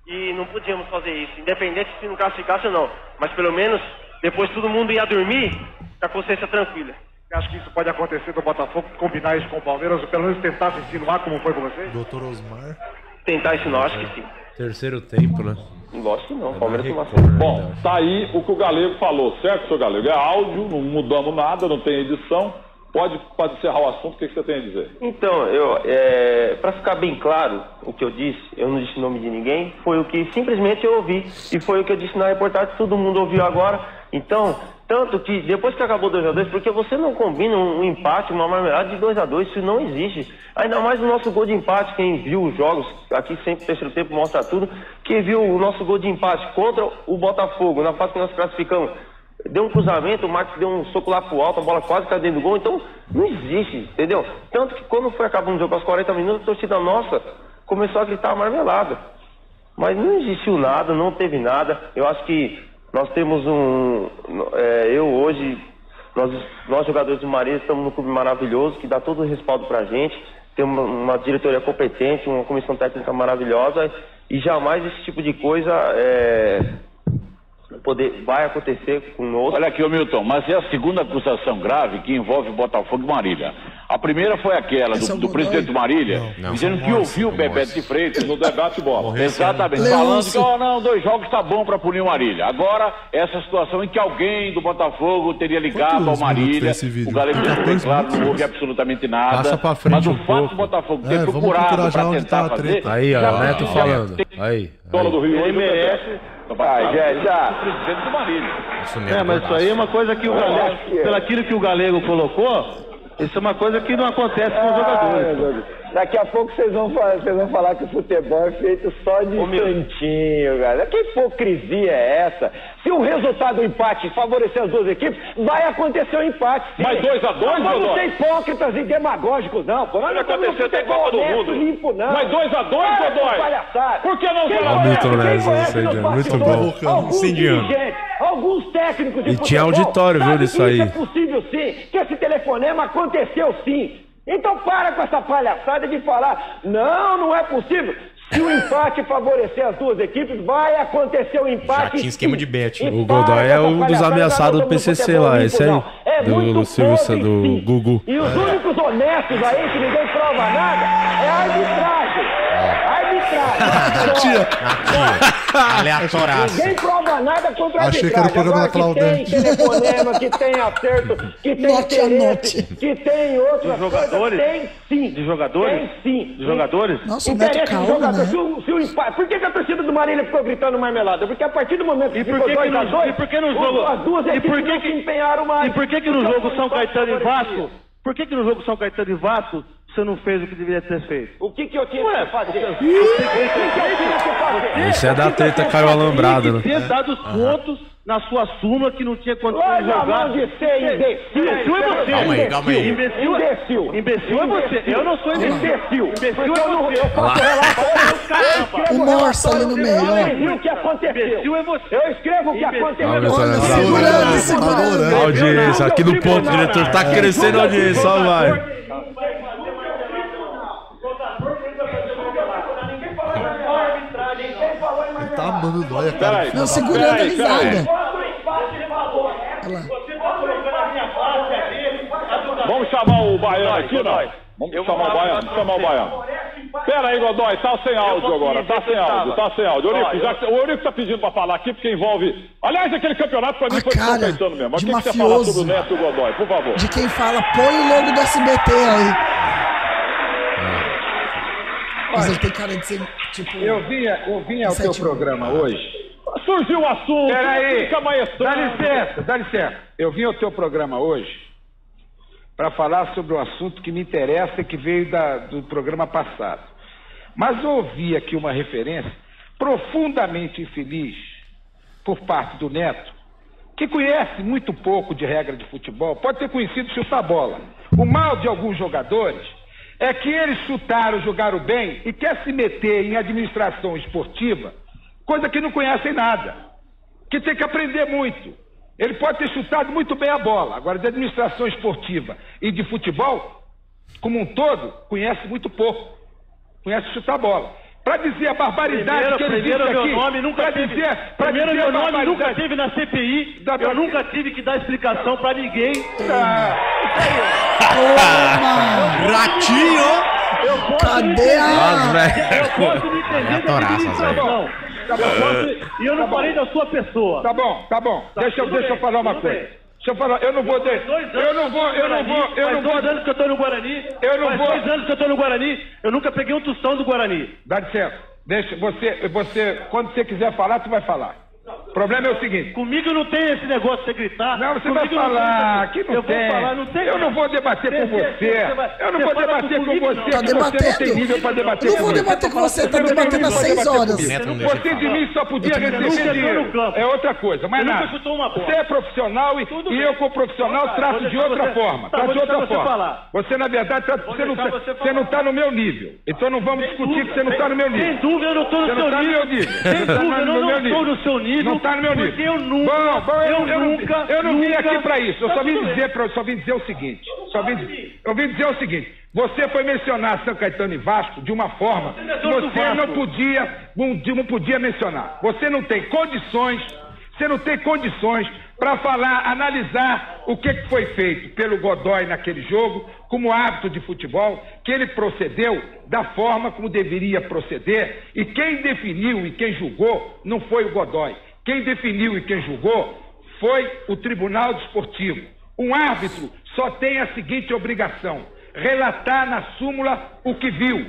e não podíamos fazer isso, independente se não classificasse ou não. Mas pelo menos depois todo mundo ia dormir com a consciência tranquila. Acho que isso pode acontecer do Botafogo combinar isso com o Palmeiras, ou pelo menos tentar se insinuar como foi com vocês? Doutor Osmar. Tentar isso não, acho que sim. Terceiro tempo, né? Lógico que não, o Palmeiras não vai Bom, tá aí o que o Galego falou, certo, seu Galego? É áudio, não mudamos nada, não tem edição. Pode, pode encerrar o assunto, o que, que você tem a dizer? Então, eu, é, para ficar bem claro o que eu disse, eu não disse o nome de ninguém, foi o que simplesmente eu ouvi e foi o que eu disse na reportagem, todo mundo ouviu agora. Então, tanto que depois que acabou 2 a 2 porque você não combina um, um empate, uma marmelada de 2 a 2 isso não existe. Ainda mais o nosso gol de empate, quem viu os jogos, aqui sempre o terceiro tempo mostra tudo, quem viu o nosso gol de empate contra o Botafogo, na fase que nós classificamos, deu um cruzamento, o Max deu um soco lá pro alto, a bola quase caiu dentro do gol, então não existe, entendeu? Tanto que quando foi acabando o jogo aos 40 minutos, a torcida nossa começou a gritar marmelada. Mas não existiu nada, não teve nada. Eu acho que nós temos um. é, eu hoje, nós, nós jogadores do Marinho estamos num clube maravilhoso que dá todo o respaldo pra gente. Tem uma, uma diretoria competente, uma comissão técnica maravilhosa e jamais esse tipo de coisa é, poder, vai acontecer conosco. Olha aqui, ô Milton, mas é a segunda acusação grave que envolve Botafogo e Marília. A primeira foi aquela do, do presidente do Marília, Não, dizendo não, que não, ouviu o não, Bebeto de Freitas no debate bola. Exatamente. Leôncio. Falando que, ó, não, dois jogos tá bom pra punir o Marília. Agora, essa situação em que alguém do Botafogo teria ligado Quantos ao minutos tem Marília, esse vídeo? o Galego deixou bem claro, não houve absolutamente nada. Passa pra frente mas o um fato pouco. do Botafogo É, ter vamos procurar procurado já pra onde tentar tá a fazer... treta. Aí, ó, já- o Neto já- falando. Aí. Dono do Rio Ele hoje, é o merece. Bebeto. Ah, já- já. O presidente do Marília. É, mas isso aí é uma coisa que o Eu Galego, acho que é. pelo aquilo que o Galego colocou, isso é uma coisa que não acontece com os jogadores. Ah, Daqui a pouco vocês vão, fa- vocês vão falar que o futebol é feito só Um de cantinho, galera. Que hipocrisia é essa? Se o resultado do empate favorecer as duas equipes, vai acontecer o empate. Sim. Mas dois a dois, Nós Vamos Godoy? ser hipócritas e demagógicos, não. Pô. Nós Vai não estamos no acontecer até futebol Copa do honesto, Mundo. Limpo, não. Mas dois a dois, Para com Godoy? palhaçada. Por que não Quem será conhece, Milton quem Neves, conhece esse nos indiano, né, é muito bastidores? bom. Alguns Esse indiano. dirigentes, alguns técnicos de E tinha futebol auditório, viu, sabem nisso que aí. Isso é possível sim, que esse telefonema aconteceu sim. Então para com essa palhaçada de falar, não, não é possível. Se o empate favorecer as duas equipes, vai acontecer o empate. Já tinha esquema de bet, né? O Godoy é um dos ameaçados do é PCC lá, esse aí. Do, do Silvio, Sa- do Gugu. É, E os únicos honestos aí que ninguém prova nada é a arbitragem. É. A Arbitragem. É Ninguém prova nada contra a Achei arbitragem. que era o programa Agora da Claudete. Que tem telefonema, que tem acerto, que tem Note a interesse, que tem outras Dos jogadores? coisas. Tem sim. De jogadores? Tem sim. De jogadores? Nossa, interesse do jogador. né? Se o, se o empate- Por que, que a torcida do Marília ficou gritando marmelada? Porque a partir do momento que E por ficou que que 2 a no- 2, e por que no os- jogo- as duas e equipes por que não que- se empenharam mais. E por que que no Porque jogo o São Caetano e favorecia. Vasco, por que que no jogo São Caetano e Vasco você não fez o que deveria ter feito? O que, que eu tinha que fazer? O que, que eu tinha que fazer? Esse é da treta, caiu alambrado, né? Ter dado os Aham. pontos na sua súmula que não tinha condições Larga de a jogar. mão de ser imbecil. Imbecil é você. Calma aí, calma aí. Imbecil, é- Imbecil. Imbecil é você. Eu não sou Imbecil. imbecil. Imbecil Porque eu não- é você. eu faço Caramba. escrevo Morsa ali no relatório, meio, Eu ó. escrevi o que é aconteceu. Eu escrevo o que aconteceu. Olha, segurando, segurando. né? Audiência, aqui no ponto diretor tá crescendo a audiência, só vai. Ele tá amando dói, Peraí, cara. Não, segurando a peraí, risada. peraí. Vamos chamar o Baiano aqui, não? Vamos chamar o Baiano, vamos chamar o Baiano. Pera aí, Godoy, tá sem áudio agora, tá sem áudio, tá sem áudio. Eurico, já que- o Eurico tá pedindo pra falar aqui, porque envolve... Aliás, aquele campeonato pra mim foi de tá São Caetano mesmo. Mas o de que, que você fala mafioso. sobre o né? Neto e o Godoy, por favor? De quem fala, põe o logo do SBT aí. Mas ele tem cara de ser, tipo... Eu vinha, eu vim ao é seu é programa hoje. Surgiu o assunto, Peraí, fica dá licença, dá licença. Eu vim ao teu programa hoje para falar sobre um assunto que me interessa e que veio da- do programa passado. Mas eu ouvi aqui uma referência profundamente infeliz por parte do Neto, que conhece muito pouco de regra de futebol, pode ter conhecido chutar bola. O mal de alguns jogadores é que eles chutaram, jogaram bem e quer se meter em administração esportiva, coisa que não conhecem nada, que tem que aprender muito. Ele pode ter chutado muito bem a bola. Agora, de administração esportiva e de futebol, como um todo, conhece muito pouco. Conhece chutar a bola. Para dizer a barbaridade Primeiro, que ele primeiro disse meu aqui, nome nunca pra teve. dizer, pra primeiro dizer a meu nome barbaridade- nunca teve na CPI. eu nunca tive que dar explicação pra ninguém. Tá. Ratinho! Eu posso Cadê a- me Nossa, entender- Eu velho. posso me É entender a da toraça, administração. Tá bom. Eu posso- E eu não Tá bom. falei da sua pessoa. Tá bom, tá bom. Tá, deixa eu, tudo deixa eu bem, falar uma tudo coisa. bem. Deixa eu falar, eu não vou. De... dois anos Eu não vou, eu não vou, eu não Faz vou. dois anos que eu tô no Guarani. Eu não Faz vou- dois anos que eu tô no Guarani. Eu nunca peguei um tostão do Guarani. Dá licença. Deixa, você, você, quando você quiser falar, tu vai falar. O problema é o seguinte. Comigo não tem esse negócio de você gritar. Não, você Comigo vai falar, tem que não eu tem. Vou falar, não tem eu não mesmo. vou debater com Tem, tem, você. tem, Eu vai- não você vou fala debater com comigo, você. não. porque Você não tem nível pra debater Eu não vou comigo. debater com você, tá não debatendo vai às seis debater horas. comigo. Neto não deixa Você ele de falar. mim só podia Eu nunca receber entrou dinheiro. no campo. É outra coisa, mas Eu nunca nada. chutou uma bola. Você é profissional e, Tudo e bem. eu, como profissional, Então tá, trato vou de deixar outra você- forma. tá, trato vou de deixar outra você forma. falar. Você, na verdade, trata- Vou você, não, deixar tá- você você não tá no meu nível. Então não vamos discutir que você não sem- tá no meu nível. sem dúvida, eu não tô no Você seu tá nível. meu Sem Você tá dúvida, eu não meu tô no seu nível, Não tá no meu nível. porque eu nunca- Bom, bom, eu, eu eu não- nunca- eu não vim nunca- aqui pra isso. Eu Tá só vim tudo bem. dizer, pra- eu só vim dizer o seguinte. Só vim, eu vim dizer o seguinte. Você foi mencionar São Caetano e Vasco de uma forma Você não é que dono do você não Vasco. podia, não, de- não podia mencionar. Você não tem condições, você não tem condições para falar, analisar o que que foi feito pelo Godoy naquele jogo, como hábito de futebol, que ele procedeu da forma como deveria proceder. E quem definiu e quem julgou não foi o Godoy. Quem definiu e quem julgou foi o Tribunal Desportivo. Um árbitro só tem a seguinte obrigação: relatar na súmula o que viu.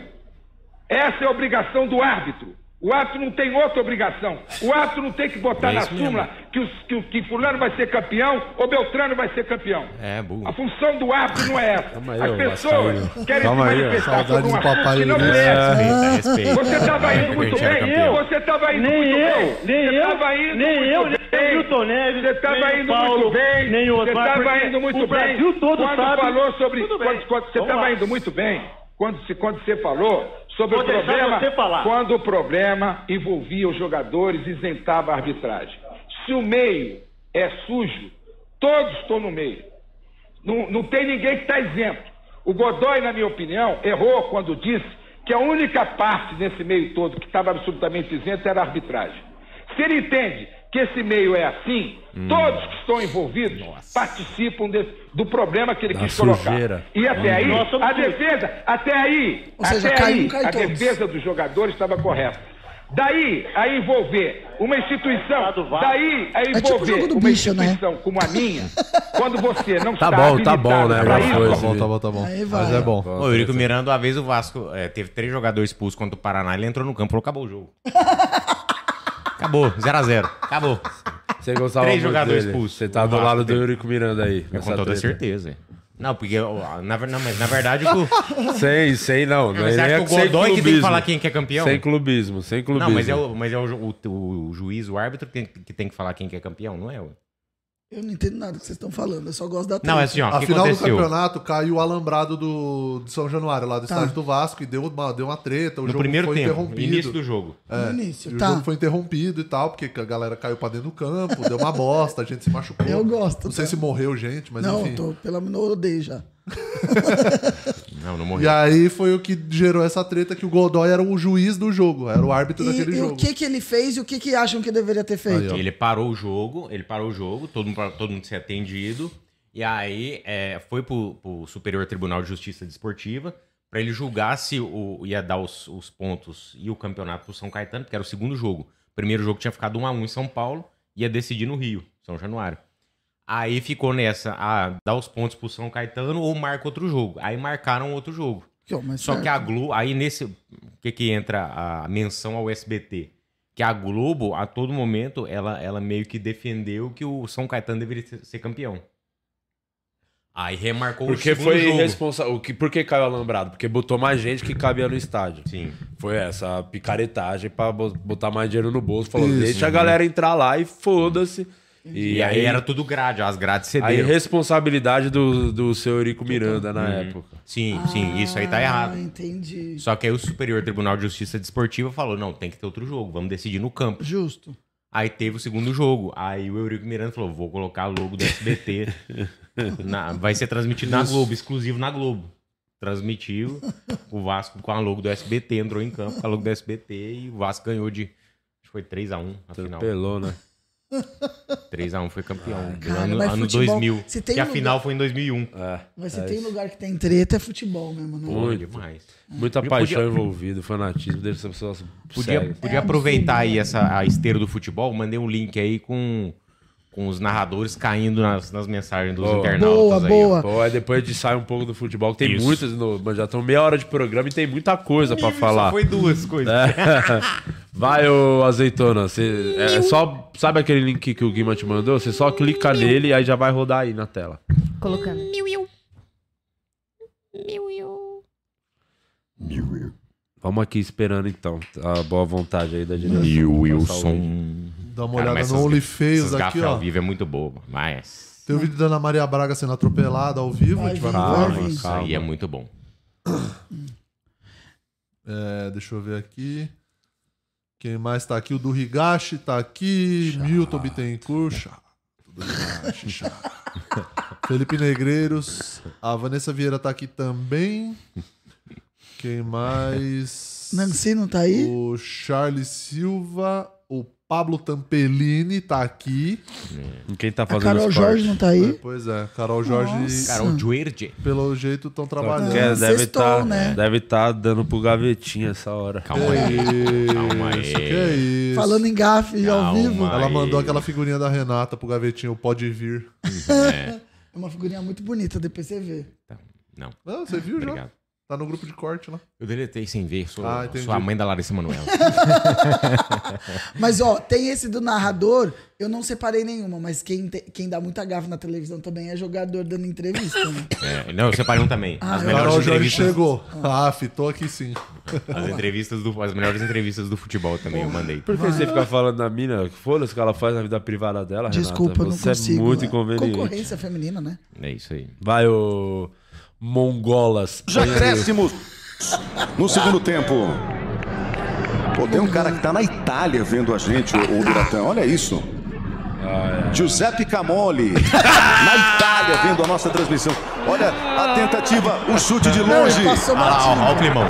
Essa é a obrigação do árbitro. O árbitro não tem outra obrigação. O árbitro não tem que botar É na isso mesmo. súmula que, os- que, o- que fulano vai ser campeão ou Beltrano vai ser campeão. É, burro. A função do árbitro não é essa. aí, As ô, pessoas Vascaíno. querem Calma se aí, ó. manifestar Saudades sobre um do assunto que não Papai merece. Lula. Respeita, Você respeita. estava indo muito Gente, era bem. campeão. Você estava indo Nem muito eu, bem. nem Você eu, estava indo nem muito eu, bem. nem o Milton Neves, Você estava nem o indo Paulo, muito bem. nem o Você Osmar, estava porque indo muito o bem. Brasil todo quando sabe. falou sobre. Tudo bem. Quando, quando você Vamos lá. estava indo muito bem. Quando, se- quando você falou sobre Vou o deixar problema. você falar. Quando o problema envolvia os jogadores, isentava a arbitragem. Se o meio é sujo, todos estão no meio. Não, não tem ninguém que está isento. O Godoy, na minha opinião, errou quando disse que a única parte desse meio todo que estava absolutamente isento era a arbitragem. Se ele entende que esse meio é assim, todos que estão envolvidos participam desse- do problema que ele Da quis colocar. sujeira. E até Hum. aí, Nós somos a justos. defesa, até aí, Ou seja, até cai um, aí, cai a todos. defesa dos jogadores estava correta. Daí a envolver uma instituição, daí a É tipo o envolver jogo do uma bicho, né? instituição como a minha, quando você não Tá está bom, tá bom, habilitado né? pra Já isso, foi, tá esse bom, vídeo. tá bom. Tá bom. Aí vai. Mas é bom. Ô, o Eurico Miranda, uma vez o Vasco é, teve três jogadores expulsos contra o Paraná, ele entrou no campo e falou: acabou o jogo. Acabou, 0x0. Acabou. Você gostava Três muito jogadores dele. expulsos. Você tá do Vasco lado do teve. Eurico Miranda aí. É, nessa Com toda treta. certeza. Não, porque ó, na, ver- não, mas na verdade o. Sei, sei não. Não, mas Nem você acha é que o sem Godoy que tem que clubismo. falar quem que é campeão? Sem clubismo, sem clubismo. Não, mas é o, mas é o, ju- o- o juiz, o árbitro que tem, que tem que falar quem que é campeão, não é? o- Eu não entendo nada do que vocês estão falando, eu só gosto da Não, é assim, ó. a que final aconteceu? do campeonato caiu o alambrado do, de São Januário, lá do Tá. estádio do Vasco, e deu uma, deu uma treta. O No jogo primeiro foi tempo, interrompido. início do jogo. É, No início, e o tá. jogo foi interrompido e tal, porque a galera caiu pra dentro do campo, deu uma bosta, a gente se machucou. Eu gosto, Não sei tá. se morreu gente, mas não, enfim. tô, pelo menos eu odeio já. Não, não E morreu. aí foi o que gerou essa treta que o Godoy era o juiz do jogo, era o árbitro daquele E, e jogo. o que que ele fez e o que que acham que deveria ter feito? Ele parou o jogo, ele parou o jogo, todo mundo, parou- todo mundo ser atendido. E aí é, foi pro, pro Superior Tribunal de Justiça Desportiva pra ele julgar se o, ia dar os, os pontos e o campeonato pro São Caetano, porque era o segundo jogo. O primeiro jogo tinha ficado 1 a 1 em São Paulo, ia decidir no Rio, São Januário. Aí ficou nessa, ah, dá os pontos pro São Caetano ou marca outro jogo. Aí marcaram outro jogo. Que é o mais Só certo. que a Globo, aí nesse, o que que entra a menção ao SBT? Que a Globo, a todo momento, ela, ela meio que defendeu que o São Caetano deveria ser- ser campeão. Aí remarcou Porque o segundo foi jogo. irresponsável. O que- Por que caiu alambrado? Porque botou mais gente que cabia no estádio. Sim. Foi essa picaretagem pra bo- botar mais dinheiro no bolso. Falou, Isso. deixa a galera entrar lá e foda-se. E, aí, era tudo grade, as grades a cederam. irresponsabilidade do, do seu Eurico Miranda na Uhum. época. Ah. Sim, sim, isso aí tá errado. Ah, entendi. Só que aí o Superior Tribunal de Justiça Desportiva falou: não, tem que ter outro jogo, vamos decidir no campo. Justo. Aí teve o segundo jogo. Aí o Eurico Miranda falou: vou colocar o logo do SBT. na- vai ser transmitido na Globo, exclusivo na Globo. Transmitiu. O Vasco com a logo do SBT entrou em campo com a logo do SBT e o Vasco ganhou de. Acho que foi 3x1 na final. Atropelou, né? 3x1 foi campeão. cara, ano mas ano futebol- 2000. se tem Que a lugar- final foi em 2001. Mas É se tem um lugar que tem treta, é futebol mesmo, né? Muito. demais. Muita Eu paixão podia- envolvida, fanatismo dessas pessoas. Podia, cegas. podia aproveitar aí essa, a esteira do futebol. Mandei um link aí com, com os narradores caindo nas, nas mensagens dos Boa. internautas aí. ó. Pô, aí depois a gente sai um pouco do futebol, que tem Isso. muitas, no- mas já estão meia hora de programa e tem muita coisa pra Ih, só falar. foi duas coisas. É. Vai, ô azeitona, você é só. Sabe aquele link que o Guima te mandou? Você só clica nele e aí já vai rodar aí na tela. Colocando. Vamos aqui esperando então a boa vontade aí da direção. New Passar o Wilson. link. Dá uma Cara, olhada mas no essas- OnlyFans essas aqui, gafas ó. ao vivo é muito bobo, mas... Tem o vídeo da Ana Maria Braga sendo atropelada ao vivo. tipo, um a gente vai Calma, pôr. isso aí é muito bom. É, deixa eu ver aqui. Quem mais tá aqui? O do Higashi tá aqui. Milton Bittencourt. Chato. Do Higashi, chato. Felipe Negreiros. A Vanessa Vieira tá aqui também. Quem mais? Nancy não tá aí? O Charles Silva. O Pablo Tampellini tá aqui. Quem tá fazendo Carol os Jorge não cortes? tá aí? Pois é, Carol Jorge. Nossa. Carol Duerde. Pelo jeito estão trabalhando. Quer- deve sextou, tá, né? deve tá dando pro gavetinha essa hora. Calma aí. Calma aí. Que isso? Falando em gafe ao vivo. Ela mandou aquela figurinha da Renata pro gavetinho, pode vir. Uhum, É uma figurinha muito bonita, depois você vê. Não. Não, você viu Obrigado. já? Tá no grupo de corte lá. Eu deletei sem ver, sou, Ah, sou entendi. a mãe da Larissa Manoela. Mas, ó, tem esse do narrador, eu não separei nenhuma, mas quem, te- quem dá muita gafe na televisão também é jogador dando entrevista, né? É, não, eu separei um também. Ah, as eu- melhores Carol Jorge entrevistas... chegou. Ah, fitou aqui sim. As, entrevistas do, as melhores entrevistas do futebol também, eu mandei. Então, Por que você fica falando da mina? Foda-se que ela faz na vida privada dela, Desculpa, Renata. eu não Você consigo. é muito é. inconveniente. Concorrência feminina, né? É isso aí. Vai, ô Mongolas. Já acréscimos no segundo tempo. Pô, tem um cara que tá na Itália vendo a gente, o, o Duratã. Olha isso. Giuseppe Camoli, na Itália, vendo a nossa transmissão. Olha a tentativa, o chute de longe. Ah, Olha o climão.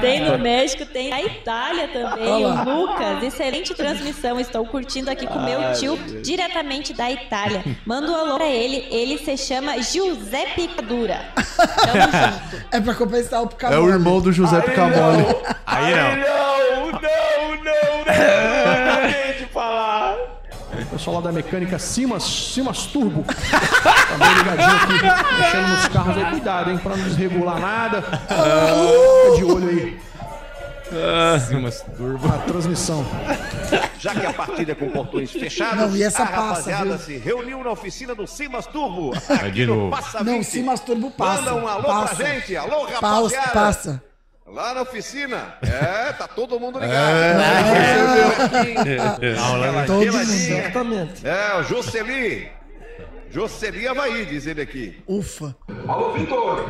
Tem no É. México, tem na Itália também. Olha O lá. Lucas, excelente transmissão. Estou curtindo aqui com meu Ai, tio, gente. diretamente da Itália. Manda um alô pra ele. Ele se chama Giuseppe Cadura. É pra compensar o É Picamole. o irmão do Giuseppe Camoli. Aí não, não, não, não, deixa eu falar. O pessoal lá da mecânica Simas, Simas Turbo. Também ligadinho aqui, mexendo nos carros aí. Cuidado, hein, pra não desregular nada. Fica de olho aí. Ah. Simas Turbo. A transmissão. Já que a partida é com portões fechados, Não, e essa a passa, rapaziada viu? se reuniu na oficina do Simas Turbo. Vai de no novo. Passa Não, 20. se masturbo passa. Manda um alô passa. pra gente. Alô, Paus- rapaziada. Passa. Lá na oficina. É, tá todo mundo ligado. É. Tá rolando Todo aquela mundo. geladinha. Exatamente. É, o Jocely. Jocely Havaí, diz ele aqui. Ufa. Alô, Vitor.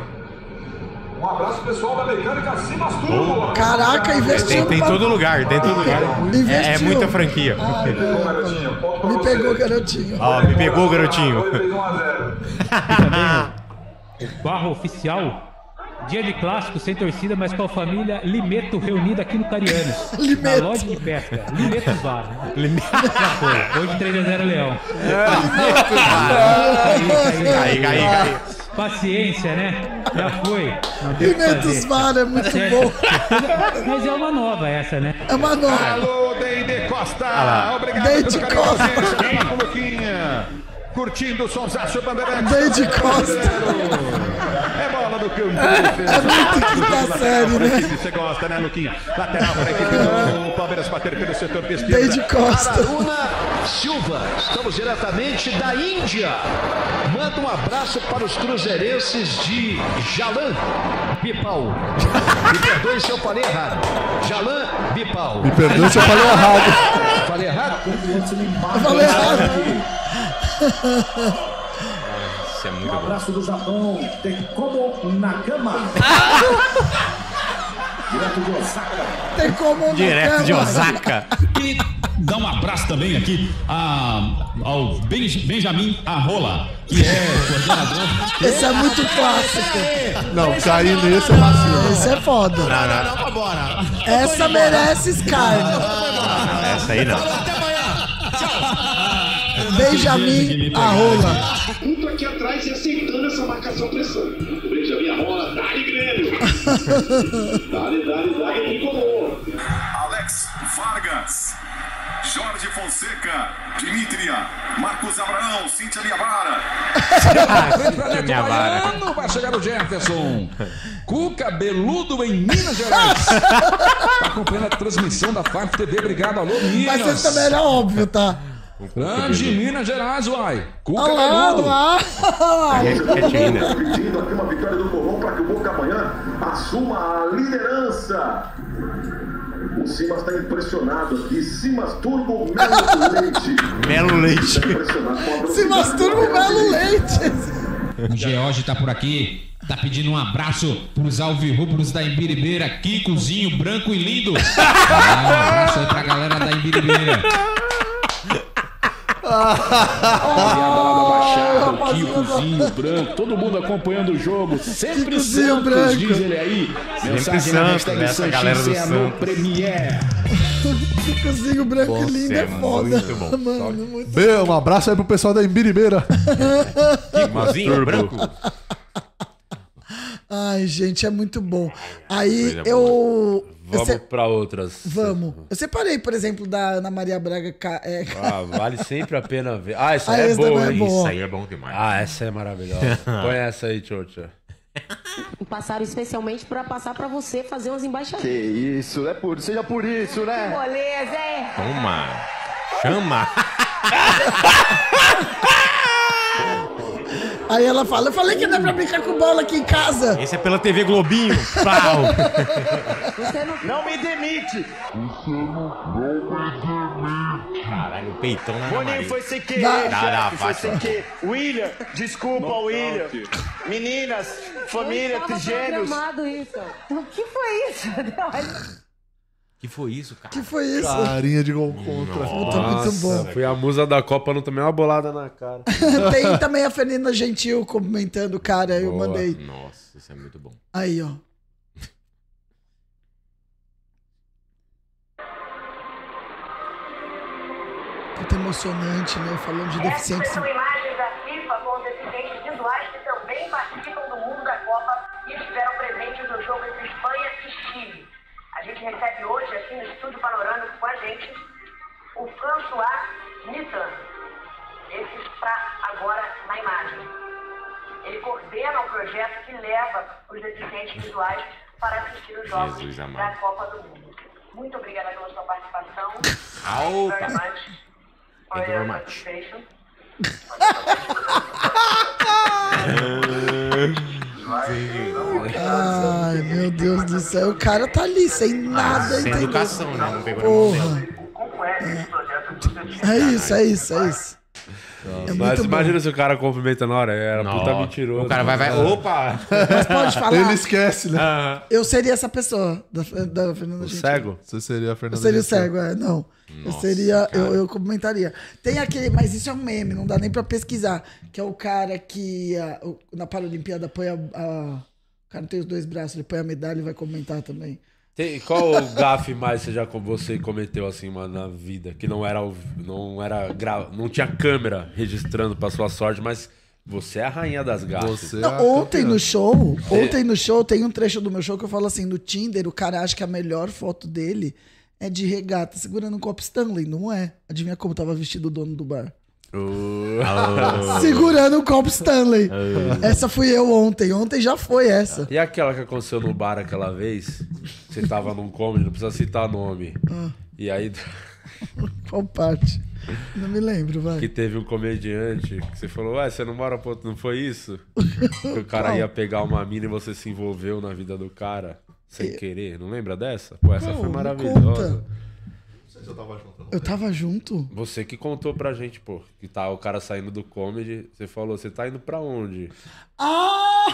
Um abraço pessoal da mecânica Simas Turbo. Caraca, investiu. É, Tem, tem todo lugar, tem todo lugar. É, é Investiu. muita franquia. Me pegou, garotinho. Ó, me pegou, garotinho. Barra oficial. Dia de clássico sem torcida, mas com a família Limeto reunida aqui no Carianos. Limeto. Na loja de pesca. Limeto Bar. Limeto. Já foi. Hoje 3 a 0 Leão. Caiu, caiu, caiu. Paciência, né? Já foi. Não tem o que Pimentos fazer. Vara é muito bom. Mas é uma nova essa, né? É uma nova. Alô, Deide Costa. Ah lá. Obrigado Deide pelo carinho Costa. de vocês. Tá com o Luquinha. Curtindo o sonsaço Bandeirantes. Deide Costa. É bola do canto. É muito quinta série, né? Você gosta, né, Luquinha? Lateral para a equipe do Palmeiras bater pelo setor de esquerda. Deide Costa. Araruna Silva. Estamos diretamente da Índia. Manda um abraço para os cruzeirenses de Jalan Bipal. Me perdoe se eu falei errado. Jalan Bipal. Me perdoe se eu falei errado. Falei errado? Eu falei errado. Isso é muito bom. do Japão, tem como Nakama. Direto de Osaka. Tem como não Direto ter, de mano. Osaka. E dá um abraço também aqui a- ao Ben- Benjamin Arrola, que é coordenador. Esse é muito clássico. Não, cair nesse é vacilo. Esse é foda. Essa merece escárnio. Ah, essa aí não. Um Benjamin Arrola. Muito aqui atrás e aceitando essa marcação pressão. O Benjamin Arrola, dá-lhe Grêmio. dá-lhe, dá-lhe, dá-lhe, tricolor. Alex Vargas, Jorge Fonseca, Dimitria, Marcos Abraão, Cíntia Liavara. Neto Minha vara. Baiano, vai chegar o Jefferson. Cuca Beludo em Minas Gerais. Tá acompanhando a transmissão da Farm TV. Obrigado, alô, Minas. Mas esse também era óbvio, tá? Grande Minas Gerais, uai. Cuca Olha lá, Beludo. Pedindo aqui uma vitória do Corrão para que o Boca amanhã assuma a liderança. O Simas está impressionado aqui. Simas Turbo Melo Leite. Melo Leite. Se masturba o Melo Leite. O George tá por aqui. Tá pedindo um abraço pros alvirrubros da Imbiribeira, Kikozinho, branco e lindo. Ah, um abraço aí pra galera da Imbiribeira. Ah, Obrigado, Baixada, o Kikozinho, branco, todo mundo acompanhando o jogo. Sempre Kikozinho Santos, branco. diz ele aí. Sempre Santos, né? Essa galera do Sanches é no Santos. Premier. Cozinho branco e lindo é é foda. muito bom. Mano, muito Bem, um abraço aí pro pessoal da Imbiribeira. Cozinho branco. Ai, gente, é muito bom. Aí Coisa eu. eu Vamos se- pra outras. Vamos. Eu separei, por exemplo, da Ana Maria Braga. Ca- é, Ah, vale sempre a pena ver. Ah, essa Ah, é essa boa, também é hein? boa. Isso aí é bom demais. Ah, essa é maravilhosa. Põe essa aí, Tchotcha. Passaram um especialmente pra passar pra você fazer umas embaixadas. isso, é por, seja por isso, é? né? Moleza, é? hein? Toma. Chama. Aí ela fala: Eu falei que não é pra brincar com bola aqui em casa. Esse é pela TV Globinho. Pau. Você não... me demite! Caralho, o peitão na Boninho Maria. foi sem querer, Dá, chefe, dá, foi vai, sem vai. querer. William, desculpa, William. Meninas, família, não estava trigêmeos. programado isso. O que foi isso? Que foi isso, cara? Que foi isso? Carinha de gol contra. Foi a musa da Copa, não tomei uma bolada na cara. Tem também a Fernanda Gentil comentando, cara. Eu Boa. mandei. Nossa, isso é muito bom. Aí, ó. Puta emocionante, né? Falando de deficientes. imagens da FIFA com deficientes visuais que também participam do mundo da Copa e estiveram presentes no jogo entre Espanha e Chile. A gente recebe hoje aqui no Estúdio Panorâmico com a gente o François Nitan. Esse está agora na imagem. Ele coordena um projeto que leva os deficientes visuais para assistir os jogos Jesus da amado. Copa do Mundo. Muito obrigada pela sua participação. Opa. Very much for Thank you your very much. participation. Ai, meu Deus do céu. O cara tá ali, sem nada, Ah, Sem entendeu? educação, né? Não pegou na mão dela. Porra. É isso, é isso, é isso. É Mas muito bom. imagina se o cara cumprimenta na hora. Era puta mentiroso. O cara vai, vai. Opa! Mas pode falar. Ele esquece, né? Eu seria essa pessoa da, da Fernanda Gentil. Você seria a Fernanda Eu seria o Gentil. cego, é, não. eu seria, eu, eu comentaria. Tem aquele, mas isso é um meme, não dá nem pra pesquisar. Que é o cara que ah, o- na Paralimpíada põe a, a- O cara tem os dois braços, ele põe a medalha e vai comentar também. Tem- qual o gafe mais você já com- você cometeu assim, mano, na vida? Que não era ao- não era gra- não tinha câmera registrando pra sua sorte, mas você é a rainha das gafes. é Não, ontem no show, ontem no show, tem um trecho do meu show que eu falo assim: no Tinder, o cara acha que a melhor foto dele é de regata segurando um copo Stanley, não é? Adivinha como tava vestido o dono do bar? É. Segurando um copo Stanley. É Oh. Essa fui eu ontem. Ontem já foi essa. E aquela que aconteceu no bar aquela vez? Você tava num comedy, não precisa citar nome. Ah. E aí Qual parte? Não me lembro, vai. que teve um comediante que você falou, ué, você não mora pro outro, não foi isso? Que o cara Qual? ia pegar uma mina e você se envolveu na vida do cara sem querer. Não lembra dessa? Pô, essa Não, foi me maravilhosa. Eu tava junto? Você que contou pra gente, pô, que tá o cara saindo do comedy, você falou, você tá indo pra onde? Ah!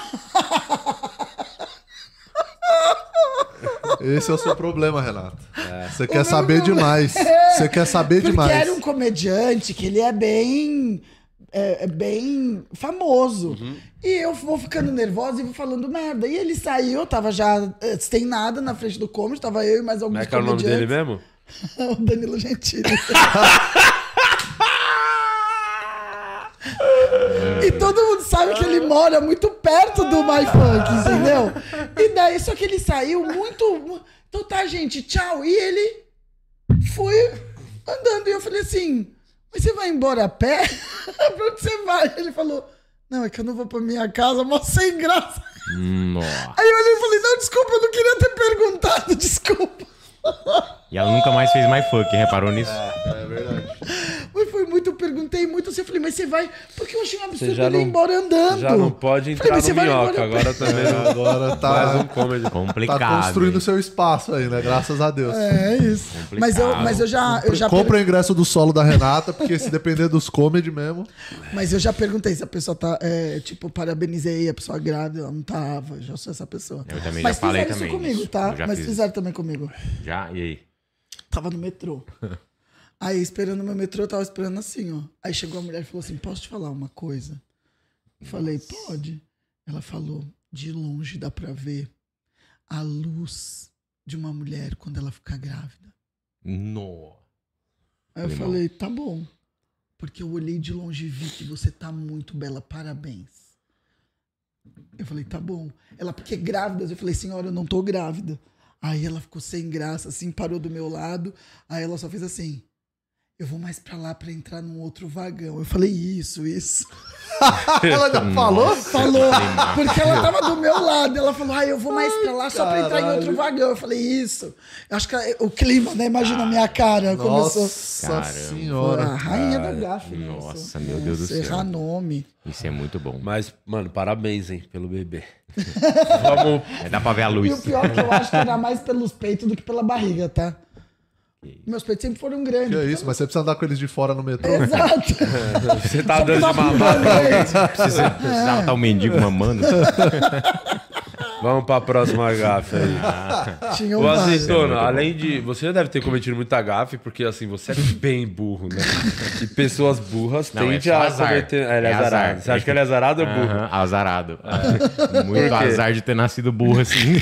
Esse é o seu problema, Renato. É. Você quer é saber demais. Você quer saber Porque demais. era um comediante que ele é bem. É, é bem famoso. E eu vou ficando nervosa e vou falando merda. E ele saiu, eu tava já eh, sem nada na frente do cômodo, tava eu e mais alguns Como é que é o nome comediantes. dele mesmo? o Danilo Gentili. É. e todo mundo sabe que ele mora muito perto do My Funk, entendeu? E daí, só que ele saiu muito. Então tá, gente, tchau. E ele foi andando. E eu falei assim: Mas você vai embora a pé? pra onde você vai? Ele falou: Não, é que eu não vou pra minha casa, mó sem graça. Nossa. Aí eu olhei e falei: Não, desculpa, eu não queria ter perguntado, desculpa. E ela nunca mais fez mais funk, reparou nisso? É verdade. Mas foi muito, eu perguntei muito, assim, eu falei, mas você vai. Porque eu achei um absurdo Você já ele ir não- embora andando. Já não pode Falei, entrar mas você no vai minhoca, embora- agora também. não- Agora tá- Mais um comedy. Tá construindo seu espaço aí, né? Graças a Deus. É é isso. Mas eu, mas eu já. Eu já Compra o ingresso do solo da Renata, porque se depender dos comedy mesmo. Mas eu já perguntei se a pessoa tá. é, tipo, parabenizei a pessoa grávida, ela não tava. eu Já sou essa pessoa. Eu também mas já falei fizeram também isso comigo, isso. tá? Eu já Mas fiz. fizeram também comigo. Já? E aí? Tava no metrô. Aí, esperando o meu metrô, eu tava esperando assim, ó. Aí chegou a mulher e falou assim: Posso te falar uma coisa? Eu Falei, pode. Ela falou: De longe dá pra ver a luz de uma mulher quando ela fica grávida. No. Aí eu Limão. falei: Tá bom. Porque eu olhei de longe e vi que você tá muito bela, parabéns. Eu falei: Tá bom. Ela, porque grávidas? Eu falei: Senhora, eu não tô grávida. Aí ela ficou sem graça, assim, parou do meu lado. Aí ela só fez assim. Eu vou mais pra lá pra entrar num outro vagão. Eu falei, isso, isso. Ela ainda falou? Falou. que Porque ela tava do meu lado. Ela falou, ah, eu vou mais pra lá só pra entrar em outro caralho. vagão. Eu falei, isso. Eu acho que a- o clima, né? Imagina a minha cara. começou. Nossa senhora. Foi a rainha da cara. gafe. né? Nossa, meu Deus do Nossa, céu. Errar nome. Isso é muito bom. Mas, mano, parabéns, hein, pelo bebê. É, dá pra ver a luz. E o pior é que eu acho que era mais pelos peitos do que pela barriga, tá? Meus peitos sempre foram grandes. é isso, mas você precisa andar com eles de fora no metrô. Exato. Você tá Só dando pra de mamar pra alguém. Precisa- Precisava estar tá o mendigo mamando. Vamos pra próxima gafe aí. Ah, Tinha um O uma- azeitona, além de. Você deve ter cometido muita gafe, porque assim, você é bem burro, né? E pessoas burras Não, é tendem só a azar. cometer. É, ele é É azar. azarado. Você acha que ele é azarado ou burro? Aham, azarado. É. Muito Por quê? azar de ter nascido burro assim.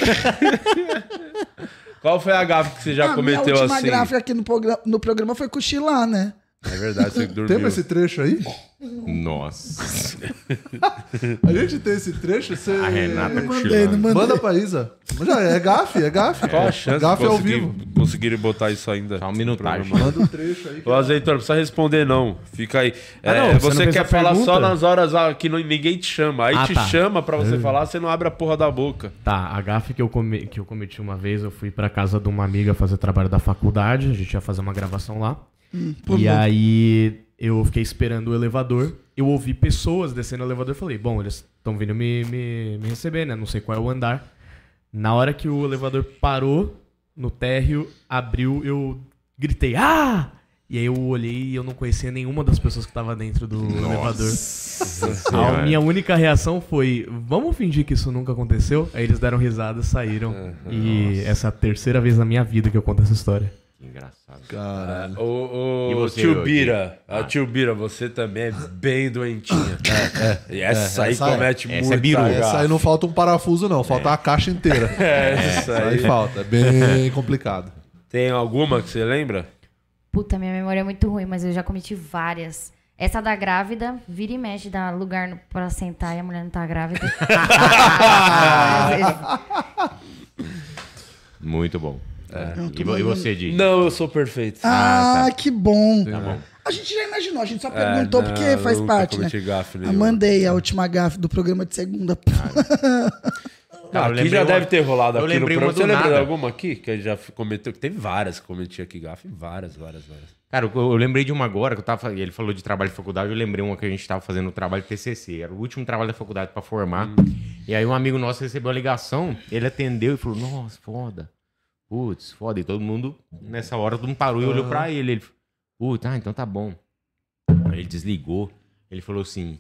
Qual foi a gafe que você já Ah, cometeu minha última assim? gráfica aqui no, progra- no programa foi cochilar, né? É verdade, você dormiu. Temos esse trecho aí? Nossa. A gente tem esse trecho? Você... A Renata é Eu mandei, cochilando. não mandei. Manda pra Isa. Mas Já, é gafe, é gafe. Qual a chance gafe é de ao conseguir, vivo. conseguirem botar isso ainda? Só um minutagem. Manda um trecho aí. Ô, Azeitona, não precisa responder, não. Fica aí. Ah, É, não, você não você fez quer a falar pergunta? só nas horas lá que não- ninguém te chama. Aí Ah, te tá. chama pra você Hum. falar, você não abre a porra da boca. Tá, a gafe que eu, come- que eu cometi uma vez, eu fui pra casa de uma amiga fazer trabalho da faculdade, a gente ia fazer uma gravação lá. Hum, por e bom. aí eu fiquei esperando o elevador, eu ouvi pessoas descendo o elevador e falei, bom, eles estão vindo me, me, me receber, né? Não sei qual é o andar. Na hora que o elevador parou no térreo, abriu, eu gritei, ah! E aí eu olhei e eu não conhecia nenhuma das pessoas que tava dentro do elevador. Senhora. A minha única reação foi: vamos fingir que isso nunca aconteceu? Aí eles deram risada, saíram. e essa é a terceira vez na minha vida que eu conto essa história. Engraçado. Caralho. Ô, ô, E você, tio ô, Bira. Gui? Ah. A tio Bira, você também é bem doentinha. É, é. E essa É, aí essa comete é. muito. Essa é biru. Essa aí não falta um parafuso, não. Falta uma caixa inteira. É, isso Essa aí aí. falta. É bem complicado. Tem alguma que você lembra? Puta, minha memória é muito ruim, mas eu já cometi várias. Essa da grávida, vira e mexe, dá lugar no- pra sentar e a mulher não tá grávida. Muito bom. É. E, vo- e mandando- você, Di? É. Não, eu sou perfeito. Ah, que bom. Tá bom. A gente já imaginou, a gente só É, perguntou não, porque faz eu nunca parte, né? cometi gafe Ah, nenhuma. mandei a última gafe do programa de segunda. Não, eu aqui lembrei já uma- deve ter rolado eu aqui no lembrei uma programa. do Você lembra de nada. alguma aqui que a gente já f- cometeu? Teve várias que cometi aqui, gafe. Várias, várias, várias. Cara, eu, eu lembrei de uma agora que eu tava. fa- Ele falou de trabalho de faculdade, eu lembrei uma que a gente tava fazendo o trabalho de TCC. Era o último trabalho da faculdade pra formar. E aí um amigo nosso recebeu a ligação, ele atendeu e falou: Nossa, foda. Putz, foda. E todo mundo, nessa hora, todo mundo parou e olhou Aham. pra ele. Ele falou: Putz, ah, então tá bom. Aí ele desligou. Ele falou assim: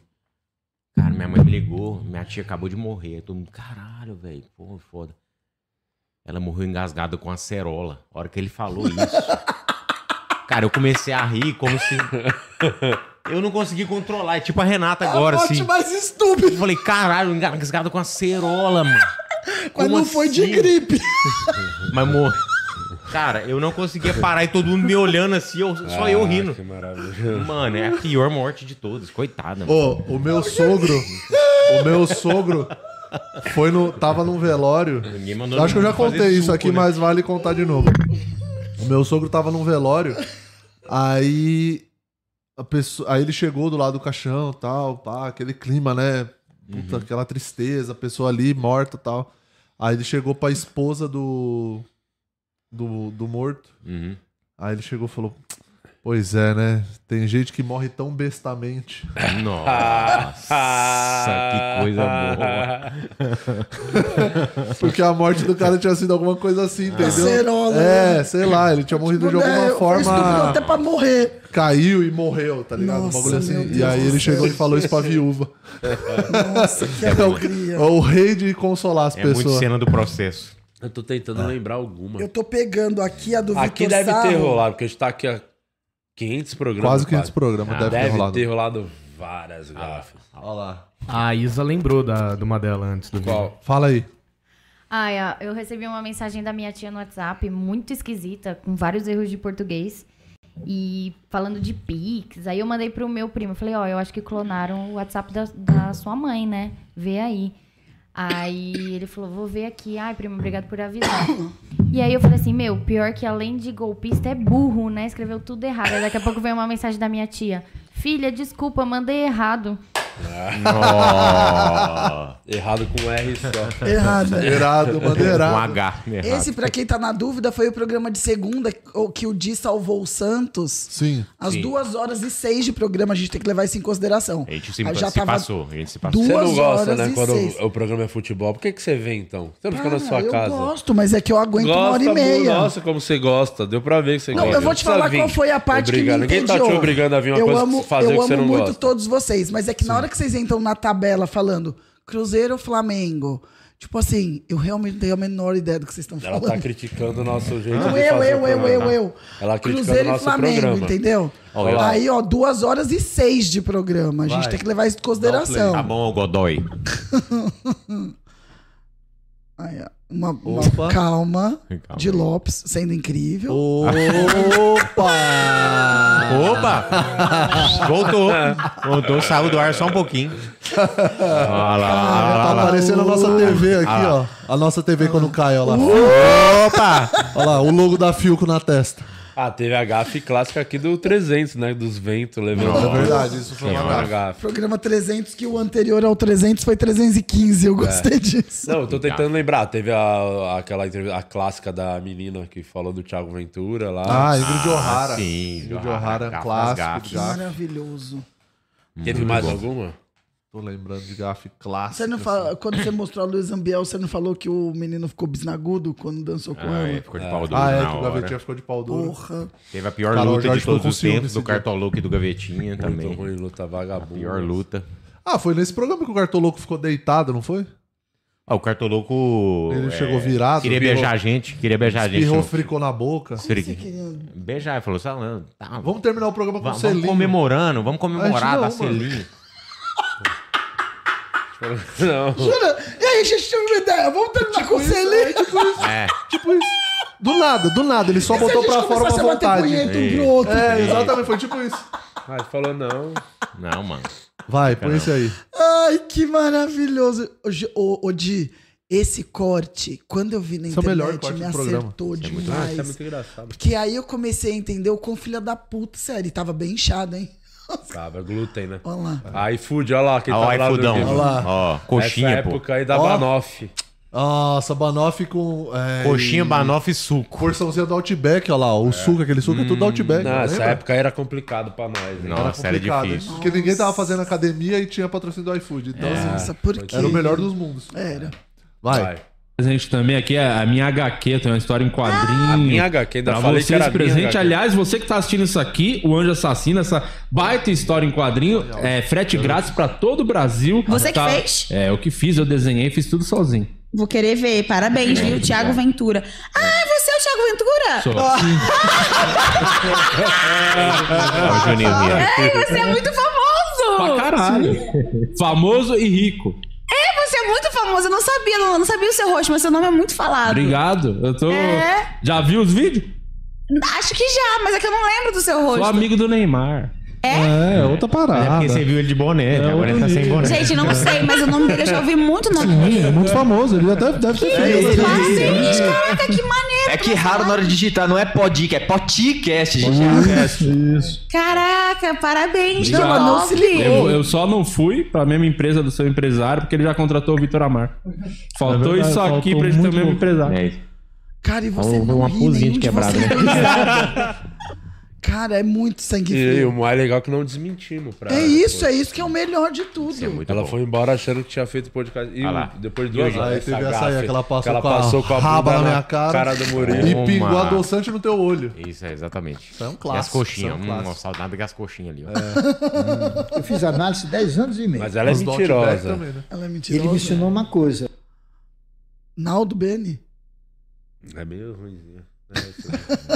Cara, minha mãe me ligou, minha tia acabou de morrer. Aí todo mundo, caralho, velho, pô, foda. Ela morreu engasgada com acerola. A hora que ele falou isso. Cara, eu comecei a rir como se. Eu não consegui controlar. É tipo a Renata agora, morte assim. mais estúpida. Eu falei, caralho, engasgado com acerola, mano. Mas Como não foi de assim? gripe. Mas, amor. Cara, eu não conseguia parar e todo mundo me olhando assim, eu- só eu Ah, rindo. que maravilha. Mano, é a pior morte de todas. Coitada, mano. Ô, o meu sogro. o meu sogro foi no. Tava num velório. Ninguém mandou Acho que eu já fazer contei isso suco, aqui, né? mas vale contar de novo. O meu sogro tava num velório. Aí. A pessoa, aí ele chegou do lado do caixão tal, pá, aquele clima, né? Puta, Uhum. aquela tristeza, a pessoa ali morta tal. Aí ele chegou pra esposa do. do, do morto. Uhum. Aí ele chegou e falou: Pois é, né? Tem gente que morre tão bestamente. Nossa, que coisa boa. Porque a morte do cara tinha sido alguma coisa assim, entendeu? Acerola, É, né? sei lá, ele tinha morrido de Tipo, né, alguma eu fui estúpido forma. até pra morrer. Caiu e morreu, tá ligado? um Nossa, bagulho meu assim. Deus E aí do ele céu. chegou e falou isso pra viúva. Nossa, que É o- alegria. É o rei de consolar as É muito pessoas. cena do processo. É. Eu tô tentando lembrar alguma. Eu tô pegando aqui a do Aqui Vitor deve Sarro. ter rolado, porque a gente tá aqui há 500 programas. Ah, Quase 500 programas, deve ter rolado. ter rolado Ah, várias gafas. Olha lá. A Isa lembrou da, de uma dela antes do vídeo. Fala aí. Ai, ó, eu recebi uma mensagem da minha tia no WhatsApp, muito esquisita, com vários erros de português. E falando de Pix, aí eu mandei pro meu primo. Falei, ó, eu acho que clonaram o WhatsApp da, da sua mãe, né? Vê aí. Aí ele falou, vou ver aqui. Ai, primo, obrigado por avisar. E aí eu falei assim, meu, pior que além de golpista é burro, né? Escreveu tudo errado. Aí daqui a pouco veio uma mensagem da minha tia. Filha, desculpa, mandei errado. Nossa. Ah. Errado com R só. Errado. Errado, mandei errado. Com H. errado. Esse, pra quem tá na dúvida, foi o programa de segunda o- que o Di salvou o Santos. Sim. Às Sim. duas horas e seis de programa, a gente tem que levar isso em consideração. A gente se, Aí já se tava- passou. A gente se passou. Você Duas não gosta, horas né, e quando seis. o, o programa é futebol. Por que, que você vem, então? Você não fica na Cara, sua eu casa. gosto, mas é que eu aguento uma hora e Gosta, meia. amor. Nossa, como você gosta. Deu pra ver que você Não, gosta. eu vou te Não falar precisa qual vir foi a parte que me obrigado. Ninguém tá te entediou. obrigando a vir uma eu coisa amo, fazer eu que você amo não muito gosta. todos vocês, mas é que na hora que vocês entram na tabela falando Cruzeiro ou Flamengo, tipo assim, eu realmente não tenho a menor ideia do que vocês estão Ela falando. tá criticando o nosso jeito Não, de Ah. eu, fazer eu, o eu, programa. né? eu, eu. Ela criticando o Cruzeiro e nosso Flamengo, programa. entendeu? Olha lá. Aí, ó, duas horas e seis de programa. A gente Vai. tem que levar isso em consideração. um Tá bom, ô Godoy. Aí, ó, uma, uma Opa. calma, Calma. de Lopes sendo incrível. Opa! Opa! Voltou. Voltou, saiu do ar só um pouquinho. Olha lá, olha Tá lá. aparecendo a nossa TV aqui, Ah ó. lá. A nossa TV quando cai, ó lá. Opa! Olha lá, o logo da Filco na testa. Ah, teve a gafe clássica aqui do 300, né? Dos ventos levando. Não, é verdade, isso foi uma gafe. Programa 300, que o anterior ao 300 foi 315. É. Eu É. gostei disso. Não, eu tô tentando lembrar. Teve a, aquela entrevista, a clássica da menina que falou do Thiago Ventura lá. Ah, Ingrid O'Hara. Ah, Sim, Ingrid O'Hara, gafas, clássico, gafes. já. Maravilhoso. Teve Muito mais bom. alguma? Tô lembrando de gafe clássico. Você não fala, quando você mostrou a Luiz Ambiel, você não falou que o menino ficou bisnagudo quando dançou com ela? Ah, é, na que o hora. Gavetinha ficou de pau duro. Porra. Teve a pior Cara, o luta Jorge de ficou todos com os ciúme tempos esse do dia. Cartoloco e do Gavetinha também. ruim, luta vagabunda. pior luta. Ah, foi nesse programa que o Cartoloco ficou deitado, não foi? Ah, o Cartoloco. Ele chegou virado, é. Queria virou- beijar a gente, queria beijar a gente. Espirrou, no- fricou na boca. Esfregue- Beijar, ele falou, salão. Tá, é. Vamos terminar o programa com vamos, selinho. vamos comemorando, vamos A gente comemorar, não, dar mano. selinho. Não. Jura? E aí, gente, tive uma ideia. né? Vamos terminar com o Celinho? É. Tipo isso. Do nada, do nada, ele só E se a botou gente pra fora começasse uma a bater vontade. punheta um pro outro? É, Ei. exatamente, foi tipo isso. Mas falou não. Não, mano. Vai, põe esse aí. Ai, que maravilhoso. Ô, Gi- Ô, ô, Di, esse corte, quando eu vi na Esse é o internet, melhor corte me do programa. acertou Esse é muito- demais. Ah, esse é muito engraçado. Porque aí eu comecei a entender o quão filha da puta. Sério, ele tava bem inchado, hein? Tava glúten, né? Olha lá. Ah, iFood, olha lá. Quem Ah, tá o lá do iFoodão. Guilherme. Olha lá. Ó, coxinha, Essa pô. época aí da Ó. Banoff. Nossa, banoff com. é, Coxinha, e- banoffee e suco. Porçãozinha do Outback, olha lá. O suco, aquele suco é tudo do Outback. Hum, Não, essa lembra? época era complicado pra nós. Né? Hum, Nossa, era Complicado, difícil. Porque ninguém tava fazendo academia e tinha patrocínio do iFood. Então, É. assim, Nossa, por era quê? o melhor dos mundos. É. Era. Vai. Presente também aqui é a minha HQ, tem uma história em Ah, quadrinho. A minha HQ, ainda pra falei que vocês era a minha presente. HQ. Aliás, você que tá assistindo isso aqui, o Anjo Assassino, essa baita história em quadrinho, é frete grátis pra todo o Brasil. Você que Tá- fez? É, eu que fiz, eu desenhei, fiz tudo sozinho. Vou querer ver. Parabéns, viu? Thiago Ventura. Ah, você é o Thiago Ventura? Sou. Ó, Juninho Mia. Ei, você é muito famoso! Pra caralho. Famoso e rico. É, você é muito famoso. Eu não sabia, não, não sabia o seu rosto, mas seu nome é muito falado. Obrigado. Eu tô. É. Já viu os vídeos? Acho que já, mas é que eu não lembro do seu rosto. Sou amigo do Neymar. É? É, outra parada. É, É porque você viu ele de boné, agora ele tá sem boné. Gente, não sei, mas o nome dele eu já ouvi muito nome Sim, é muito famoso. Ele até deve ter feito. Gente, caraca, que maneiro! É que raro na hora de digitar, não é podic, é poticast, gente. Isso. Caraca, parabéns, Obrigado. que top. Eu, eu só não fui pra mesma empresa do seu empresário porque ele já contratou o Vitor Amar. Faltou verdade, isso aqui faltou pra ele ter o muito mesmo pouco. empresário. É Cara, e você Falou não uma ri pozinha de nenhum quebrada, você né? dá risada. Cara, é muito sangue E, e frio. o mais legal é que não desmentimos pra É ela, isso, pô. é isso que é o melhor de tudo. ela foi embora achando que tinha feito podcast. E Ah lá. depois de E duas hoje? horas. Aí teve essa aí, gafe, aquela passou que com a raba na minha cara. do Murilo. E pingou adoçante no teu olho. Isso, é, exatamente. Isso é um E as clássico, coxinhas. isso é um Hum, clássico. nossa, saudade das coxinhas ali, ó. Eu fiz análise 10 anos e meio. Mas ela é Os do Outback mentirosa. também, né? Ela é mentirosa. Ele me ensinou uma coisa. Naldo Bene. É meio ruimzinho. É isso.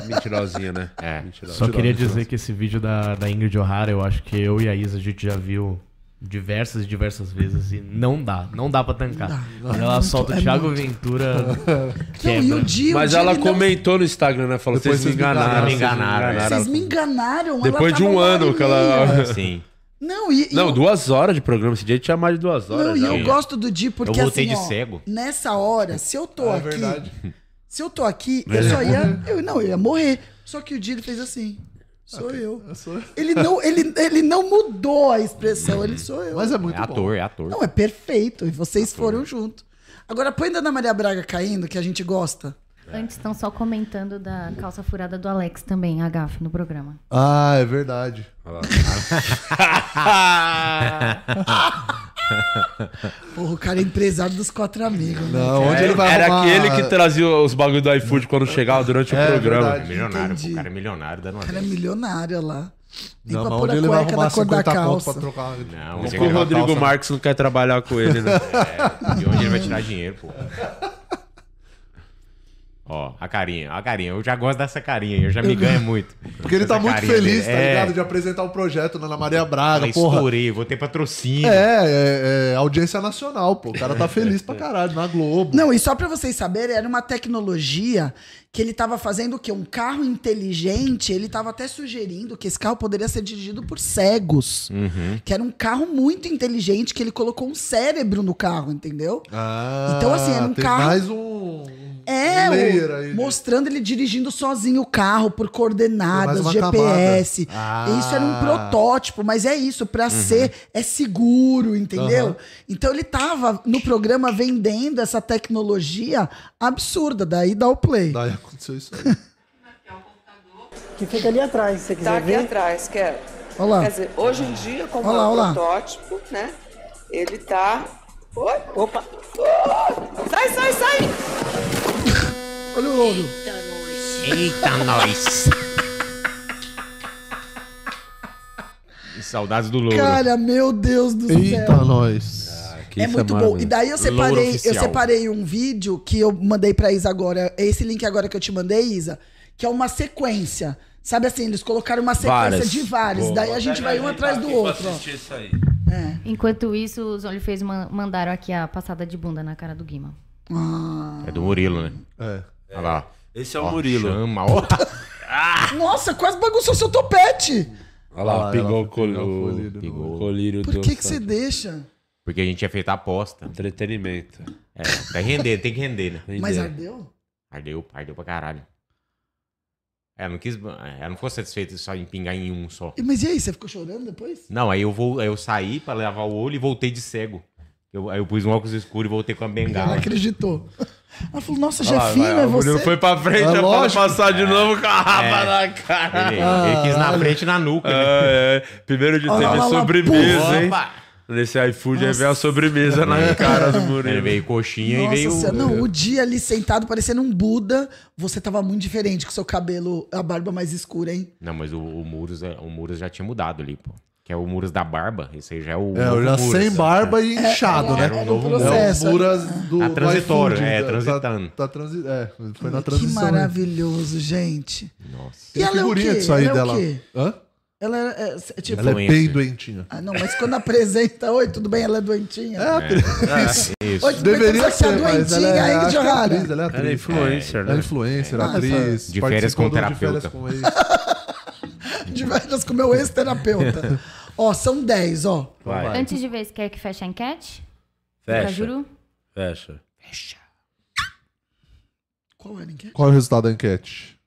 Mentirosinha, né? É. Mentirosa. Só queria dizer que esse vídeo da, da Ingrid O'Hara, eu acho que eu e a Isa, a gente já viu diversas e diversas vezes e não dá, não dá pra tancar. Não dá. Quando É ela muito, solta é o Thiago muito. Ventura, Não, e o dia, Mas o dia ela ele não- comentou no Instagram, né? Falou, Depois vocês me vocês me enganaram. enganaram, vocês Vocês Ela- me enganaram. Depois de ela tava um uma hora ano e que ela. meia. Sim. Não, e, e Não, eu- duas horas de programa. Esse dia tinha mais de duas horas. não, e já. né? um. eu gosto do Di porque Eu voltei assim, de ó, cego. nessa hora, se eu tô Ah, é aqui, verdade. se eu tô aqui, eu só ia, eu não, eu ia morrer. Só que o Di ele fez assim. Sou eu. Ele não, ele, ele não mudou a expressão, ele sou eu. Mas é É ator, é ator. Não, é perfeito. E É vocês foram junto. Agora põe da Ana Maria Braga caindo, que a gente gosta. Antes estão só comentando da calça furada do Alex também, a gafe, no programa. Ah, é verdade. Porra, o cara é empresário dos quatro amigos. Né? Não, cara? onde ele vai É, Era arrumar- aquele que trazia os bagulho do iFood quando chegava durante é o programa. milionário, pô, o cara é milionário dando uma O cara é vez. milionário lá. Tem Não, mas pra pôr a onde ele vai cueca na arrumar cor da 50 conto calça. pra trocar? Não, Como esse que o cara Rodrigo calça- Marques não quer trabalhar com ele, né? É, de onde ele vai tirar dinheiro, pô? Ó, a carinha, a carinha. Eu já gosto dessa carinha, eu já me ganho muito. Porque ele tá Essa muito carinha dele. feliz, tá É, ligado? De apresentar o projeto na Ana Maria Braga, Falei, porra. estourei, vou ter patrocínio. É, é, é audiência nacional, pô. O cara tá feliz pra caralho, na Globo. Não, e só pra vocês saberem, era uma tecnologia que ele tava fazendo o quê? Um carro inteligente, ele tava até sugerindo que esse carro poderia ser dirigido por cegos. Uhum. Que era um carro muito inteligente, que ele colocou um cérebro no carro, entendeu? Ah, então, assim, era um tem carro. mais um... É, o- layer aí, né? mostrando ele dirigindo sozinho o carro por Mais coordenadas, uma GPS. camada. Ah. Isso era um protótipo, mas é isso, pra Uhum. ser é seguro, entendeu? Uhum. Então ele tava no programa vendendo essa tecnologia absurda, daí dá o play. Daí aconteceu isso aí. Que fica ali atrás, se você quiser Tá aqui ver. atrás, quero. Olha lá. Quer dizer, hoje em dia, como Olha lá, é um olha lá. protótipo, né? Ele tá. Oi? Opa! Sai, sai, sai! Olha o olho. Eita, nós! Saudades do louro. Ah, Cara, meu Deus do céu. Eita, nós. é muito bom. E daí eu separei, eu separei um vídeo que eu mandei pra Isa agora. É esse link agora que eu te mandei, Isa, que é uma sequência. Sabe assim, eles colocaram uma sequência Várias. de vários. Boa. Daí a gente vai um atrás do outro. ó. É. Enquanto isso, os Olifeios man- mandaram aqui a passada de bunda na cara do Guima. Ah. É do Murilo, né? É. Olha lá. Esse é o Murilo. Chama, ó. Ah! Nossa, quase bagunçou seu topete. Olha lá, Olha lá, pegou ela o colírio. Pegou o colírio Por do que que você deixa? Porque a gente tinha feito a aposta. Entretenimento. É, vai render, tem que render, né? Mas ardeu? Ardeu, ardeu pra caralho. Ela não quis. é, Ela não ficou satisfeita só em pingar em um só. E- Mas e aí, você ficou chorando depois? Não, aí eu, vou, aí eu saí pra lavar o olho e voltei de cego. Eu, aí eu pus um óculos escuro e voltei com a bengala. Ela acreditou. Ela falou, nossa, Olha lá, Jefinho, vai, é o você. Bruno foi pra frente, É eu falo, lógico. Passar de novo com a raba É. Ah, na cara. Ele, ele quis na Ah. Caralho. frente e na nuca. né? É, é. Primeiro de Olha lá, teve olha lá, puf. sobremesa, hein? Opa. Nesse iFood aí veio a sobremesa na cara do Murilo. É. Ele veio coxinha Nossa senhora, não, o dia ali sentado parecendo um Buda, você tava muito diferente com seu cabelo, a barba mais escura, hein? Não, mas o, o Muros, é- o Muros já tinha mudado ali, pô. que é o Muros da Barba. Esse aí já é o. É, eu já novo Muras. sem barba e É, inchado, né? Era um novo Muras. É o Muras do Tá do transitório, iFood, é, tá- transitando. Tá, tá transi- é, foi na Que transição. né? maravilhoso, gente. Nossa. Tem figurinha disso é aí dela. Hã? Ela é, é, tipo, Ela é bem doentinha. Ah, não, mas quando apresenta, oi, tudo bem, ela é doentinha. É, Isso. isso. Oi, tudo bem, Deveria você é ser, mas ela doentinha, é- hein, acho que é Johara? atriz, ela é atriz. Ela é influencer, Ela né? é influencer, Ah, É. atriz. De férias com participou do De terapeuta. Férias com Ex. De Vargas com meu ex-terapeuta. ó, são 10, ó. Vai. Antes de ver se quer que feche a enquete? Fecha. Cajuru? Fecha. Qual era a enquete? Qual é o resultado da enquete?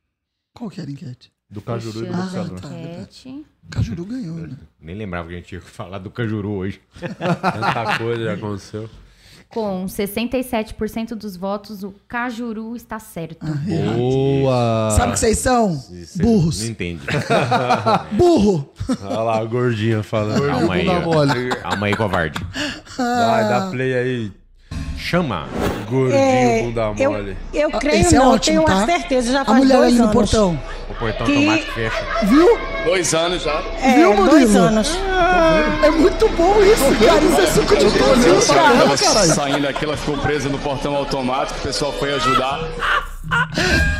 Qual que era a enquete? Do Cajuru e do Fechamos a Boxador. é. enquete. Cajuru ganhou, né? Nem lembrava que a gente ia falar do Cajuru hoje. Tanta coisa já aconteceu. Com 67% dos votos, o Cajuru está certo. Ah, Ah, Boa! Sabe o que vocês são? Isso, você Burros. Não entende. Ah, Burro! Olha lá, a gordinha falando. Calma aí. Não dá mole. ó. Calma aí, covarde. Vai, dá play aí. Chama. Gordinho, É, bunda eu- mole. Eu Ah, creio esse é não, ótimo, tenho uma tá? certeza, já A faz mulher dois ali no anos. portão. O portão Que- automático fecha. Viu? Dois anos já. É, Viu, Murilo? dois anos. Ah, É muito bom isso, cara. Isso é suco de Ela cozinha, tava cara. caralho. Saindo aqui, ela ficou presa no portão automático, o pessoal foi ajudar.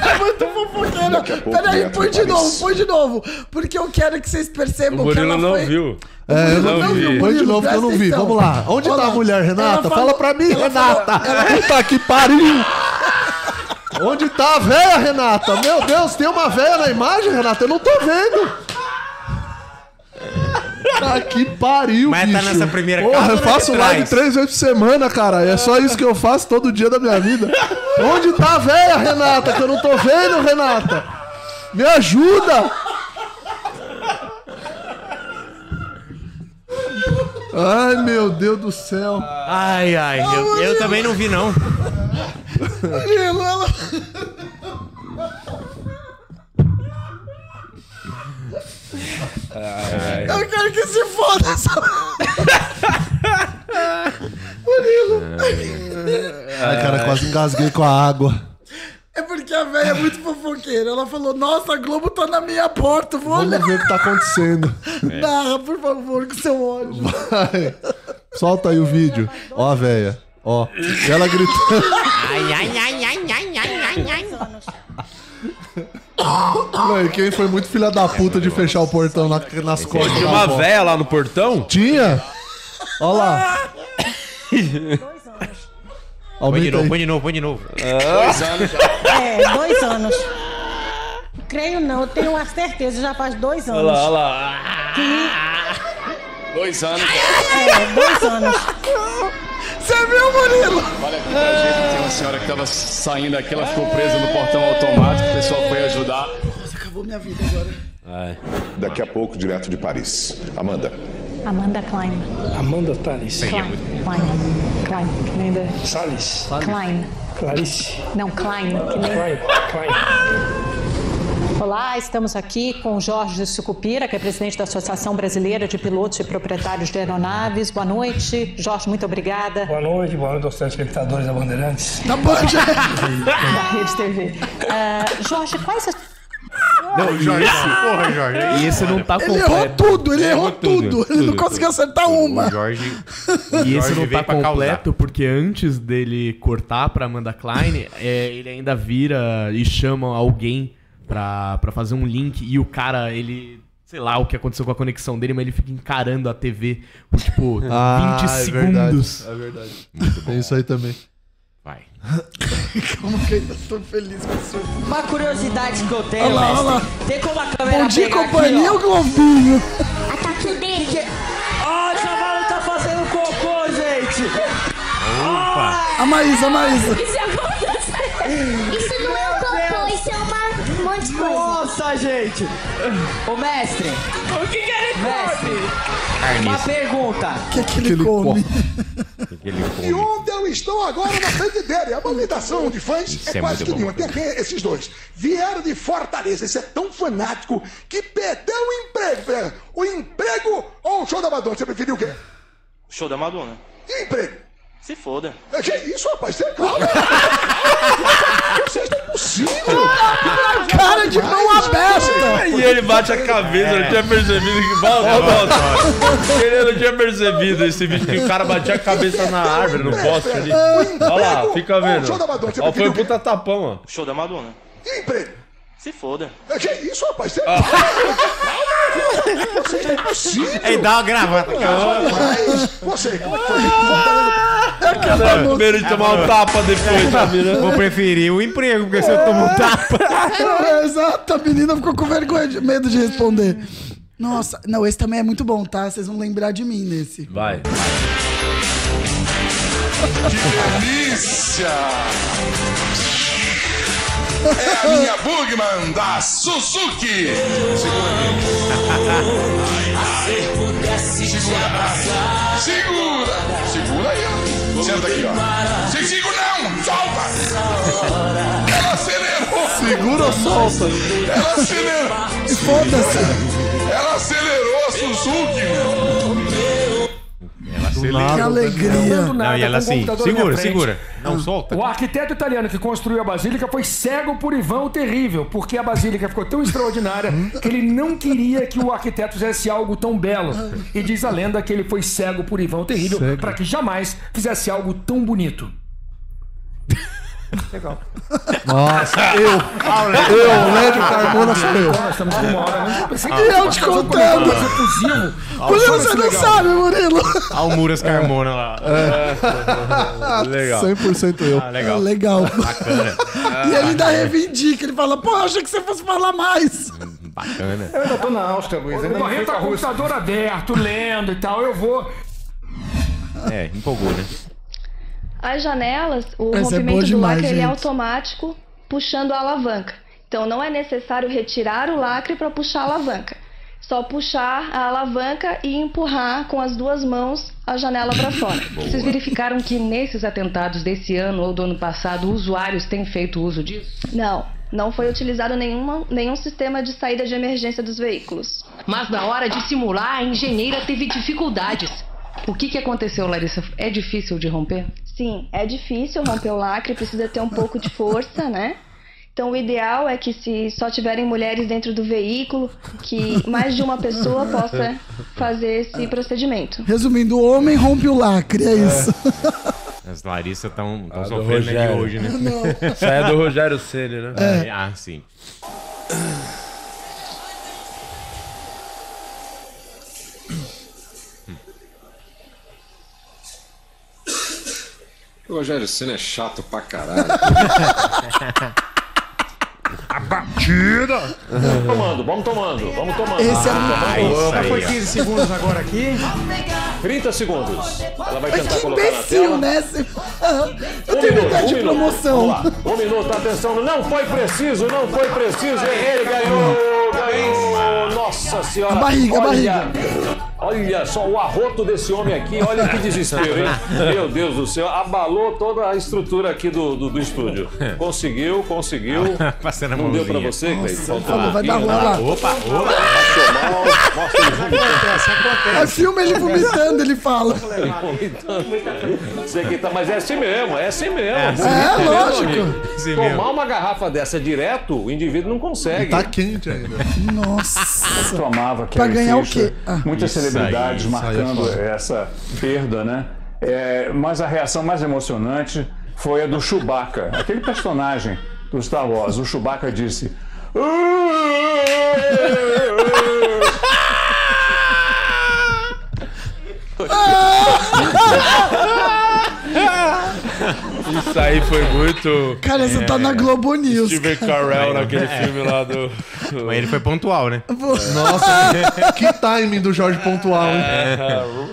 É muito fofoqueira. a pouco Peraí, entra põe de mais. novo, põe de novo. Porque eu quero que vocês O percebam que Murilo ela não foi... viu. É, eu Não não vi. vi. Põe de novo que eu não vi. Vamos lá. Onde tá a mulher, Renata? Fala pra mim, Renata. Puta que pariu. Onde tá a véia, Renata? Meu Deus, tem uma véia na imagem, Renata? Eu não tô vendo. Tá que pariu, Mas tá bicho. nessa primeira Porra, casa, eu né, é faço que live traz? três vezes por semana, cara. É só isso que eu faço todo dia da minha vida. Onde tá a véia, Renata? Que eu não tô vendo, Renata. Me ajuda. Ai, meu Deus do céu. Ai, ai, eu, eu também não vi, não. Murilo, ela... Ai, Eu quero que se foda essa... É. Murilo. Ai, cara, quase engasguei com a água. É porque a velha é muito fofoqueira. Ela falou, nossa, a Globo tá na minha porta, vou olhar. Vamos ver o É. que tá acontecendo. Narra, por favor, com seu ódio. Vai. Solta aí o vídeo. Ó a véia. Ó. E ela gritando. Ai, ai, ai, ai, ai, ai, ai, ai. Mano, quem foi muito filha da puta de fechar o portão na- nas costas Tinha da uma avó? véia lá no então? portão? Tinha? Ó lá. Põe de Aumenta novo, aí. põe de novo, põe de novo. Dois anos já. É, dois anos. Creio não, tenho uma certeza, já faz dois anos. Olha lá, olha lá. Dois anos já. É, dois anos. Você viu, É Murilo? Olha aqui pra gente, tem uma senhora que tava saindo aqui, ela ficou presa no portão automático, o pessoal foi ajudar. Nossa, acabou minha vida agora. Daqui a pouco, direto de Paris. Amanda. Amanda Klein. Amanda Tales. é Klein. é Klein. Klein. Que nem da... Salles. Klein. Clarice. Não, Klein. Que nem... Olá, estamos aqui com Jorge Sucupira, que é presidente da Associação Brasileira de Pilotos e Proprietários de Aeronaves. Boa noite. Jorge, muito obrigada. Boa noite, boa noite aos telespectadores da Bandeirantes. Tá bom, já. Da Rede TV. Ah, Jorge, quais as... Não, Jorge, porra, Jorge. E esse não tá Ele errou tudo, ele errou tudo. Ele não conseguiu acertar uma. Jorge. E esse Jorge não tá veio pra causar. completo, porque antes dele cortar pra Amanda Klein, é, ele ainda vira e chama alguém pra, pra fazer um link. E o cara, ele. Sei lá o que aconteceu com a conexão dele, mas ele fica encarando a TV por tipo 20 Ah, é verdade. segundos. É verdade. Tem isso aí também. Vai. Como que eu ainda tô feliz com isso? Uma curiosidade que eu tenho, Olha lá, mestre. olha lá. Tem como a câmera Bom dia, pegar companhia, o aqui, Globinho. Ataque o dente. Ó, o cavalo tá fazendo cocô, gente. Opa! Ah! A Maísa, a Maísa. é Isso não é um cocô, isso é uma monte de coisa. Nossa, gente. Ô, mestre. O que que ele mestre, Uma Carniça. pergunta. que é que ele come? Aquele E come. onde eu estou agora na frente dele? A movimentação de fãs Isso é, é quase muito que bom. nenhuma. Tem aqui esses dois. Vieram de Fortaleza. Esse é tão fanático que perdeu o emprego. velho. O emprego ou o show da Madonna? Você preferiu o quê? Show da Madonna. E o emprego? Se foda. É, Que isso, rapaz? Você calma. Vocês não é possível. Cara de mão aberta. E ele bate a cabeça, eu não tinha percebido que. Bom, bom, bom. Eu não tinha percebido esse vídeo que o cara batia a cabeça na árvore, no poste ali. Olha lá, fica vendo. Ó, foi um tipo, puta tapão, ó. Show da Madonna. E emprego? Se foda. É que isso, rapaz? Você... Ah. Você é impossível. Ei, dá uma gravata. Mas Você, como é que foi? Ah, Cara, primeiro de tomar um tapa, depois da vida. Vou preferir o emprego, porque se eu tomo um tapa. Exato, a menina ficou com vergonha, de medo de responder. Nossa, não, esse também é muito bom, tá? Vocês vão lembrar de mim nesse. Vai. Delícia! É a minha Bugman da Suzuki! Segura Se Segura aí! Segura! Segura aí! ó. Senta aqui, ó! Se segura não! Solta! Ela acelerou! Segura ou solta? Ela acelerou! Foda-se! Ela acelerou a Suzuki! Que alegria. Não, e ela assim, segura, segura. Não solta. O arquiteto italiano que construiu a Basílica foi cego por Ivan o Terrível, porque a Basílica ficou tão extraordinária que ele não queria que o arquiteto fizesse algo tão belo. E diz a lenda que ele foi cego por Ivan o Terrível Cego. para que jamais fizesse algo tão bonito. Legal. Nossa, eu. Eu, Lédio Carmona, sou eu. Nós estamos com uma hora. né? Eu pensei que E eu fosse te fazer um contando. comentário efusivo. Murilo, você não sabe, Murilo. É, Almuras É. Carmona lá. Legal. 100% eu. Ah, legal. Legal. Ah, Bacana. E ele ainda reivindica, ele fala, pô, eu achei que você fosse falar mais. Bacana. Eu ainda tô na Áustria, Luiz. ainda O não Barreto fui tá pra com o Rússia. computador aberto, lendo e tal. então Eu vou. É, empolgou, né? As janelas, o Essa é boa rompimento do demais, lacre ele é gente. automático puxando a alavanca. Então não é necessário retirar o lacre para puxar a alavanca. Só puxar a alavanca e empurrar com as duas mãos a janela para fora. Vocês verificaram que nesses atentados desse ano ou do ano passado, usuários têm feito uso disso? Não, não foi utilizado nenhuma, nenhum sistema de saída de emergência dos veículos. Mas na hora de simular, a engenheira teve dificuldades. O que, que aconteceu, Larissa? É difícil de romper? Sim, é difícil romper o lacre, precisa ter um pouco de força, né? Então o ideal é que se só tiverem mulheres dentro do veículo, que mais de uma pessoa possa fazer esse procedimento. Resumindo, o homem rompe o lacre, é isso. As Larissa estão do sofrendo né, de Rogério. hoje, né? Não. Essa é do Rogério Ceni, né? É. Ah, sim. O Rogério Senna é chato pra caralho. A batida! Vamos tomando, vamos tomando, vamos tomando. Ah, tá Esse é Vamos o- tomando. Já foi 15 segundos agora aqui. 30 segundos. Ela vai Mas tentar que colocar na imbecil, tela. né? Esse- Eu tenho minuto, ideia minuto. de Um promoção. Vamos lá. Um minuto, atenção. Não foi preciso, não foi preciso. Ele ganhou, ganhou. Nossa senhora. A barriga, a Olha- barriga. Olha só o arroto desse homem aqui. Olha que desespero, hein? Meu Deus do céu. Abalou toda a estrutura aqui do, do, do estúdio. Conseguiu, conseguiu. Passando a Não deu pra mãozinha. você, Cleiton? Faltou Falou, um vai dar pouquinho, rola. né? Opa, opa. Passou mal. Mostra o jogo. É filme ele vomitando, ele fala. Você que tá- Mas é assim mesmo, é assim mesmo. É assim É, mesmo, lógico. amigo. Assim Tomar mesmo. uma garrafa dessa direto, o indivíduo não consegue. Tá quente ainda. Nossa. Tomava Pra ganhar o quê? Ah. Muitas Isso aí, celebridades isso aí é marcando foda. essa perda, né? É, mas a reação mais emocionante foi a do Chewbacca, aquele personagem do Star Wars. O Chewbacca disse. Isso aí foi muito. Cara, você tá na Globo News. Steve cara. Carell naquele É. filme lá do. Mas ele foi pontual, né? Nossa, que timing do Jorge Pontual, hein? É.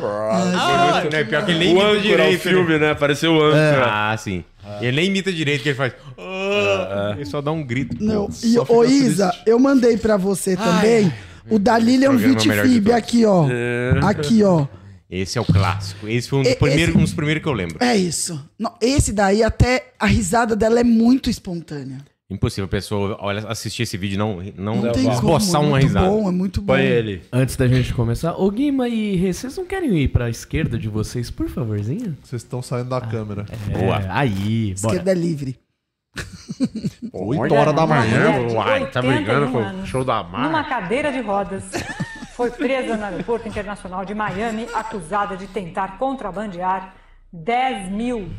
Ah, né? Pior que ele nem o imita âncora, direito. o filme, né? Pareceu o É. âncora. Ah, sim. Ele nem imita direito, que ele faz. é. "Ah", Ele só dá um grito. Não, Pô, e só ô fica Isa, eu mandei pra você também o da Lilian Programa é melhor de Vitifib todos. aqui, ó. É. Aqui, ó. Esse é o clássico. Esse foi um dos, E- primeiros, esse- um dos primeiros que eu lembro. É isso. Não, esse daí, até a risada dela é muito espontânea. Impossível a pessoa olha, assistir esse vídeo e não, não, Não tem como, esboçar é uma muito risada. bom, é muito bom. Põe ele. Antes da gente começar, ô Guima e Rê, vocês não querem ir pra esquerda de vocês, por favorzinho? Vocês estão saindo da câmera. Boa. Aí, bora. Esquerda é livre. Oito horas da manhã. Né? Uai, tá 81 brigando com o anos. show da numa Mar. cadeira de rodas. Foi presa no aeroporto internacional de Miami, acusada de tentar contrabandear 10 mil,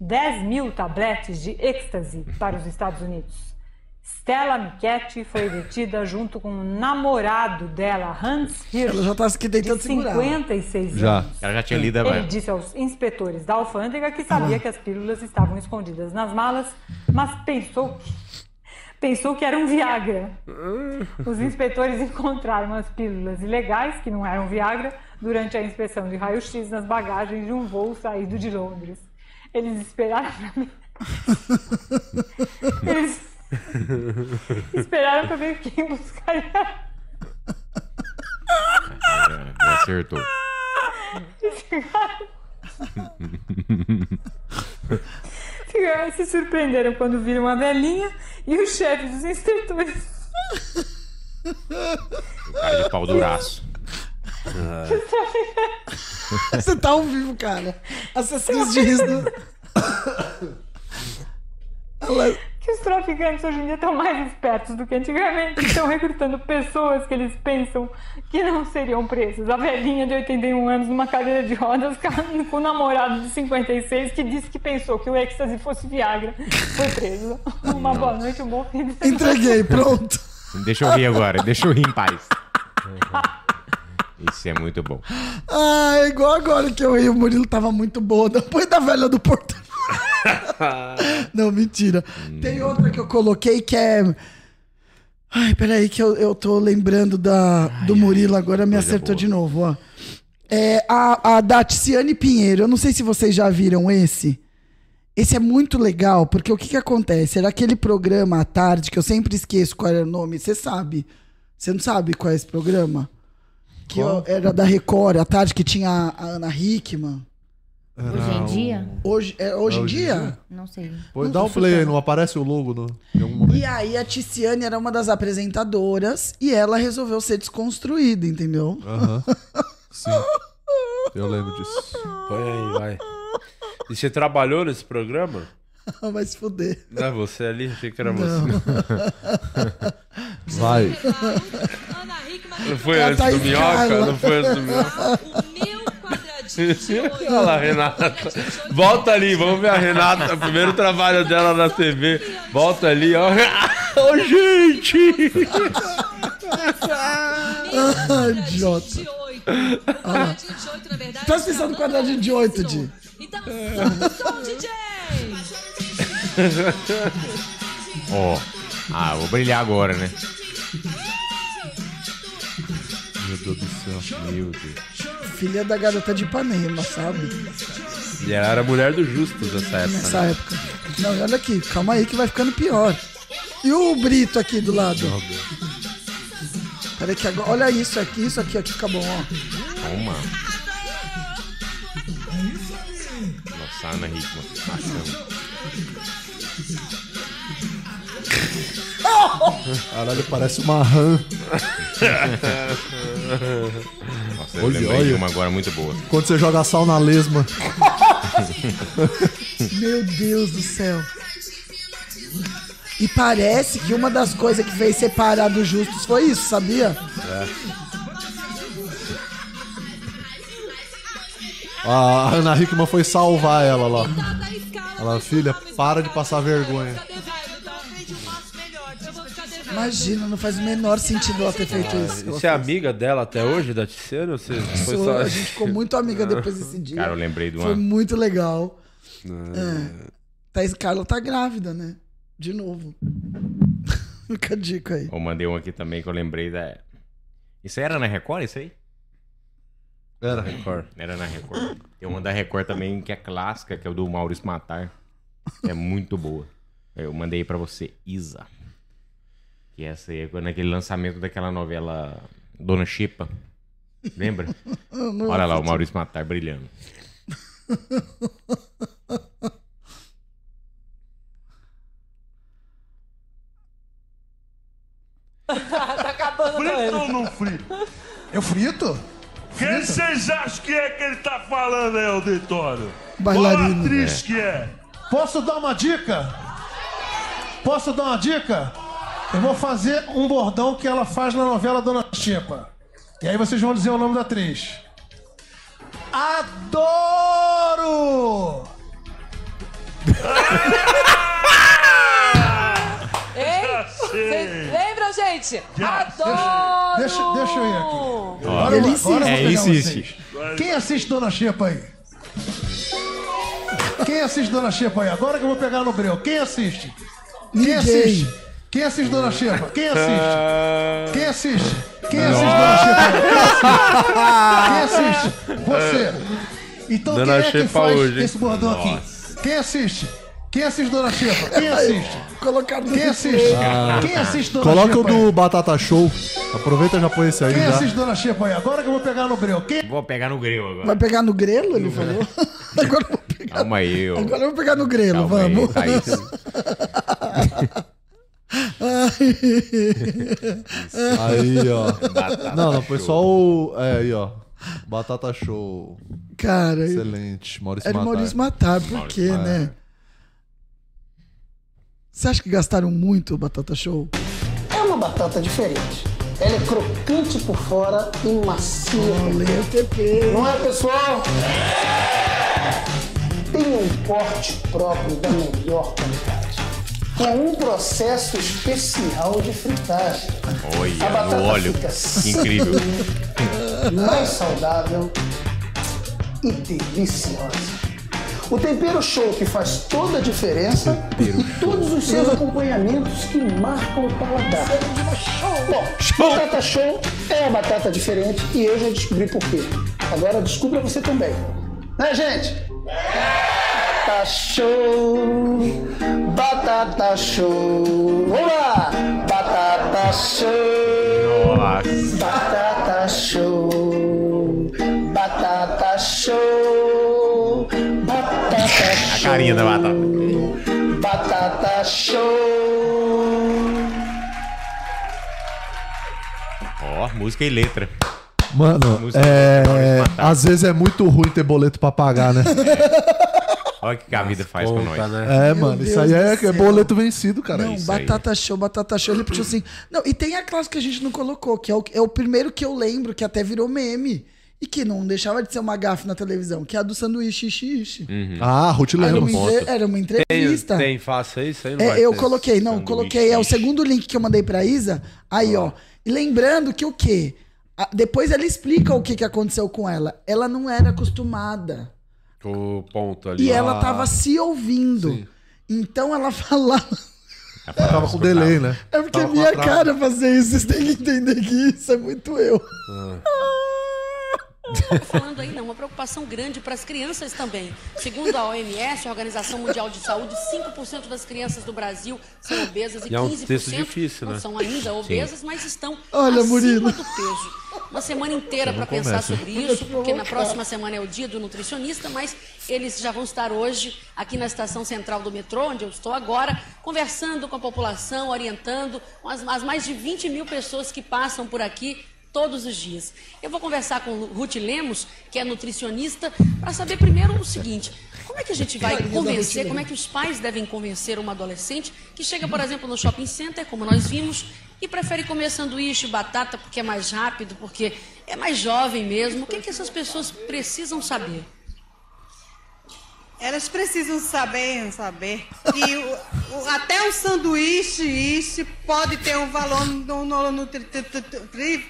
10 mil tabletes de êxtase para os Estados Unidos. Stella Michetti foi detida junto com o namorado dela, Hans Hirsch. Ela já tá aqui tentando de segurar. 56 Já. anos. Ela já tinha lido é, a Ele vela. disse aos inspetores da alfândega que sabia que as pílulas estavam escondidas nas malas, mas pensou que, pensou que era um Viagra. Os inspetores encontraram as pílulas ilegais, que não eram Viagra, durante a inspeção de raio-x nas bagagens de um voo saído de Londres. Eles esperaram pra mim. Eles esperaram pra ver quem buscaria. É, me acertou. Ficaram- Se surpreenderam quando viram a velhinha e o chefe dos inspetores. Cara de pau duraço. Ah. Você tá ao vivo, cara. Assassinos de riso. é- que os traficantes hoje em dia estão mais espertos do que antigamente. Estão recrutando pessoas que eles pensam que não seriam presas. A velhinha de 81 anos numa cadeira de rodas com um namorado de 56 que disse que pensou que o êxtase fosse Viagra. Foi preso. Uma boa noite, um bom fim de semana. Entreguei, pronto. Deixa eu rir agora, deixa eu rir em paz. Isso é muito bom. Ah, é igual agora que eu ri, o Murilo tava muito boa. Depois da velha do portão. Não, mentira. Tem outra que eu coloquei que é. Ai, peraí, que eu, eu tô lembrando da, do Murilo agora, me acertou de novo, ó. É a, a da Tiziane Pinheiro. Eu não sei se vocês já viram esse. Esse é muito legal, porque o que que acontece? Era aquele programa à tarde que eu sempre esqueço qual era o nome. Você sabe? Você não sabe qual é esse programa? Que eu- era da Record, à tarde que tinha a a Ana Hickman. Hoje em dia? Hoje, é, hoje Hoje em em dia? dia? Não sei. Pô, Não dá tô um play, aí, chutando. não aparece o logo no. em algum E aí a Tiziane era uma das apresentadoras e ela resolveu ser desconstruída, entendeu? Aham. Sim. Eu lembro disso. Põe aí, vai. E você trabalhou nesse programa? Vai se fuder. Não é você ali? Achei que era Não. você. Não foi antes tá do minhoca? Não foi antes do Ah, minhoca? é Olha lá, Renata. Volta ali, vamos ver a Renata. Primeiro trabalho dela na TV. Volta ali, ó. Ô, gente! Ah, Idiota. Ah lá. Tá pensando no quadradinho de 8, Di? Ó. Ah, vou brilhar agora, né? Meu Deus do céu. Meu Deus. Filha da garota de Ipanema, sabe? E ela era mulher do Justus nessa época. Nessa né? época. Não, e olha aqui, calma aí que vai ficando pior. E o Brito aqui do lado? Peraí que agora. Olha isso aqui, isso aqui, aqui fica bom, ó. Toma. Nossa, Ana Hickman. Passando. Caralho, parece uma RAM. Nossa, eu Olha, lembrei de olha. uma agora muito boa. Quando você joga sal na lesma. Meu Deus do céu. E parece que uma das coisas que fez separar do Justus foi isso, sabia? A Ana Hickman foi salvar ela lá. Ela, filha, para de passar vergonha. Imagina, não faz o menor sentido ela ter feito Ah, isso. Você é amiga dela até hoje, da Tiziana? Ou você foi Sou- só... A gente ficou muito amiga depois desse dia. Cara, eu lembrei de uma. Foi muito legal. Ah. É. Thaís Carla tá grávida, né? De novo. Fica a dica aí. Eu mandei um aqui também que eu lembrei da. Isso aí era na Record, isso aí? Era Record. Era na Record. Tem uma da Record também que é clássica, que é o do Maurício Matar. É muito boa. Eu mandei pra você, Isa. Que essa aí é naquele lançamento daquela novela Dona Chipa. Lembra? Eu não Olha lá, o assisti. Maurício Matar brilhando. tá acabando Frito ou não frito? Eu frito? Quem vocês acham que é que ele tá falando aí, auditório? Bailarino. Qual atriz É. que é? Posso dar uma dica? Posso dar uma dica? Eu vou fazer um bordão que ela faz na novela Dona Chipa. E aí vocês vão dizer o nome da atriz. Adoro! Ei, vocês lembram, gente? Adoro! Deixa, deixa eu ir aqui. Agora eu- agora Ele eu vou insiste. É, pegar insiste. vocês. Quem assiste Dona Xepa aí? Quem assiste Dona Xepa aí? Agora que eu vou pegar no breu. Quem assiste? Quem assiste? Quem assiste Dona Xepa? Quem assiste? Quem assiste? Quem assiste Dona Xepa? Quem assiste? Quem assiste? Você. Então É. Dona quem é que Xepa faz hoje, hein? esse bordão aqui? Quem assiste? Quem assiste Dona Xepa? Quem assiste? Quem assiste? Quem assiste Dona Ah. Coloca o Xepa aí? do Batata Show. Aproveita e já põe esse aí. tá? Quem já. assiste Dona Xepa aí? Agora que eu vou pegar no breu. Quem Vou pegar no greu agora. Vai pegar no grelo, ele falou? Calma aí, eu. Agora eu vou pegar no grelo, Calma tá aí, Thaís. vamos. Ai. Aí, ó. Batata não, não, show. foi só o. É, aí, ó. Batata Show. Cara, eu- Excelente. Maurício Era Matar. Maurício Matar, por Maurício quê, Matar. né? Você acha que gastaram muito o Batata Show? É uma batata diferente. Ela é crocante por fora e macia por dentro. Não é, pessoal? Tem um corte próprio da melhor qualidade. Com um processo especial de fritagem. A Olha, batata no óleo. fica Que incrível. mais saudável e deliciosa. O tempero show que faz toda a diferença e todos os seus acompanhamentos que marcam o paladar. Tá. Bom, batata show é uma batata diferente e eu já descobri por quê. Agora descubra você também. Né, gente? Batata show, batata show. Vamos lá! Batata show. Batata show, batata show, batata show, A carinha da batata. batata show. Ó, música e letra. Mano, Música é... do Maurício Matar. às vezes é muito ruim ter boleto pra pagar, né? Olha o que que a vida faz com nós. É, mano, né? Meu isso Deus aí do é, que é céu. boleto vencido, cara. não, isso aí. batata show, batata show. Ele pediu assim. Não, e tem a classe que a gente não colocou, que é o, é o primeiro que eu lembro, que até virou meme. E que não deixava de ser uma gafe na televisão, que é a do sanduíche ishi, ishi. Ah, Ruth Era uma, Leandro. entre- era uma entrevista. Uhum. Tem, tem faça isso aí, não É, vai eu ter. coloquei, não, coloquei. É o segundo link que eu mandei pra Isa. Aí, ó. E lembrando que o quê? A- depois ela explica o que, que aconteceu com ela. Ela não era acostumada. O ponto ali. Ah, E ela tava se ouvindo. Então ela falava. Tava com delay, né? É porque é Tava com minha atraso. cara fazer isso. Vocês têm que entender que isso é muito eu. falando aí, não, uma preocupação grande para as crianças também. Segundo a OMS, a Organização Mundial de Saúde, 5% das crianças do Brasil são obesas e, E é um 15% texto difícil, não né? são ainda obesas, mas estão Olha, acima Murilo. do peso. Uma semana inteira Eu para não pensar começo. sobre isso, porque na próxima semana é o dia do nutricionista, mas eles já vão estar hoje aqui na estação central do metrô, onde eu estou agora, conversando com a população, orientando com as, as mais de 20 mil pessoas que passam por aqui todos os dias. Eu vou conversar com Lu- Ruth Lemos, que é nutricionista, para saber primeiro o seguinte: como é que a gente vai Tadinha da Ruth convencer, Lemos. como é que os pais devem convencer uma adolescente que chega, por exemplo, no shopping center, como nós vimos, e prefere comer sanduíche, batata, porque é mais rápido, porque é mais jovem mesmo. O que, é que essas pessoas precisam saber? Elas precisam saber, saber que o- o- até o sanduíche isso pode ter um valor no, no- nutri- tu- tu- tu- tri-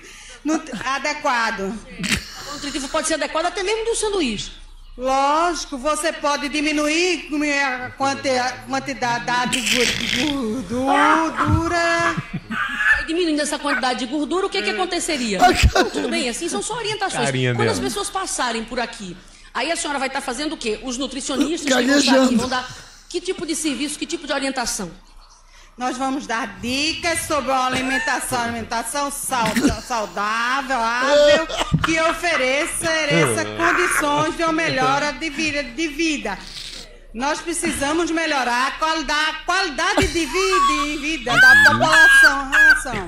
nut- adequado. O nutritivo pode ser adequado até mesmo do sanduíche. Lógico, você pode diminuir a quanti- a quantidade de gor- gordura. E Tá diminuindo essa quantidade de gordura, o que, que aconteceria? Tudo bem, assim são só orientações. Carinha Quando dela. as pessoas passarem por aqui, aí a senhora vai estar fazendo o quê? Os nutricionistas que vão estar Gaguejando. aqui vão dar que tipo de serviço, que tipo de orientação? Nós vamos dar dicas sobre uma alimentação, alimentação sau- saudável, ágil, que ofereça essa É. condições de uma Então. melhora de vida, de vida. Nós precisamos melhorar a qualidade, a qualidade de vida, de vida da população. Ração.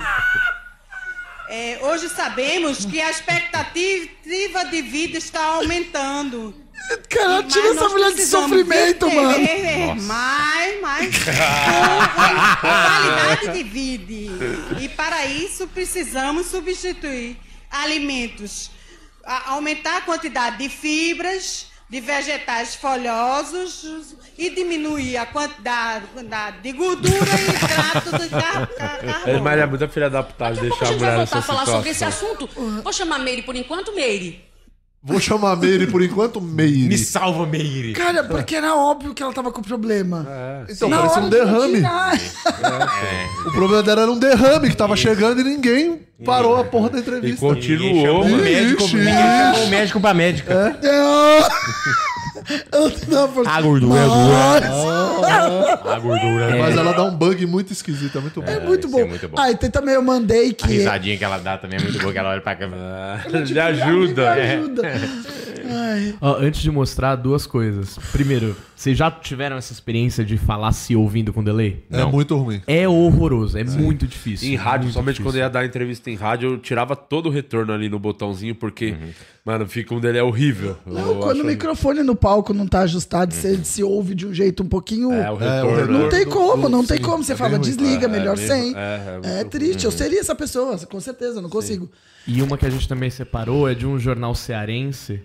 É, hoje sabemos que a expectativa de vida está aumentando. Cara, tira Mas essa nós mulher de precisamos sofrimento, de mano. TV, Nossa. Mais, mais. Ah. Qualidade de vida. E para isso precisamos substituir alimentos, a- aumentar a quantidade de fibras, de vegetais folhosos e diminuir a quantidade, quantidade de gordura e hidrato de car- car- É, carbono. Mas é muita filha da putada deixar A a, gente vai mulher voltar nessa a falar situação. sobre esse assunto. Vou chamar Meire por enquanto, Meire. Vou chamar a Meire por enquanto, Meire. Me salva, Meire. Cara, porque era óbvio que ela tava com problema. Então, parecia um hora de derrame. tirar. O problema dela era um derrame que tava chegando e ninguém parou a porra da entrevista. E continuou, mano. médico, Ixi, ninguém ixi. chamou o médico pra médica. É, A gordura é boa. A gordura é Mas boa. ela dá um bug muito esquisito, é muito bom. É muito isso é bom. muito bom. Ah, e tem também eu mandei A que. risadinha que ela dá também é muito boa, que ela olha pra Ah, câmera. É. Ela, tipo, ajuda. Me ajuda. Ai. Ó, antes de mostrar, duas coisas. Primeiro, vocês já tiveram essa experiência de falar se ouvindo com delay? É muito ruim. É horroroso, é muito difícil. Em rádio, muito somente difícil. quando eu ia dar entrevista em rádio, eu tirava todo o retorno ali no botãozinho, porque, Uhum. mano, fica um dele é horrível. Eu Quando acho- Uhum. o microfone no palco não tá ajustado, você se ouve de um jeito um pouquinho. É, o retorno, não né? tem do- como, do- não tem sim, como. Você é fala, bem ruim. desliga, É, melhor é mesmo, sem. é, É, é muito- triste, eu Uhum. seria essa pessoa, com certeza, eu não consigo. E uma que a gente também separou é de um jornal cearense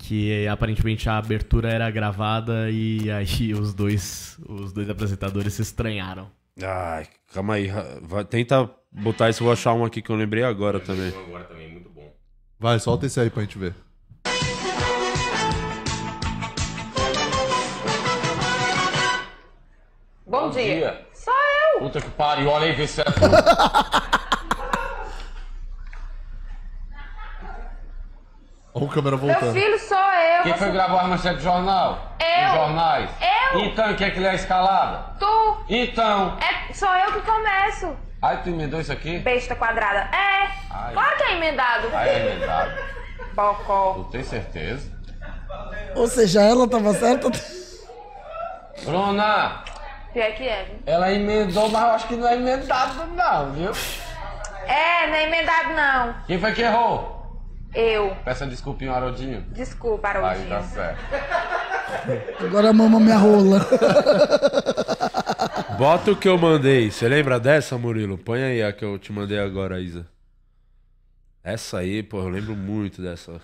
que eh, aparentemente a abertura era gravada e aí os dois os dois apresentadores se estranharam. Ai, calma aí. ra- Vai, tenta botar isso, eu vou achar um aqui que eu lembrei agora também. Agora também, muito bom. Vai, solta esse aí pra gente ver. Bom dia. Só eu. Puta que pariu, olha aí, vê se é Olha o câmera Meu voltando. filho sou eu. Quem foi gravar a manchete de jornal? Eu. Os jornais? Eu. Então, quem é que lê a escalada? Tu. Então. É, sou eu que começo. Aí tu emendou isso aqui? Besta quadrada. É. Ai. Claro que é emendado. Aí é emendado. Bocó. Tu tem certeza? Ou seja, ela tava certa. Bruna, Pior que é. viu? ela emendou, mas eu acho que não é emendado não, viu? É, não é emendado não. Quem foi que errou? Eu. Peça desculpinha, Haroldinho. Desculpa, Aí Haroldinho. tá certo. Agora a mama me rola. Bota o que eu mandei. Você lembra dessa, Murilo? Põe aí a que eu te mandei agora, Isa. Essa aí, pô, eu lembro muito dessa.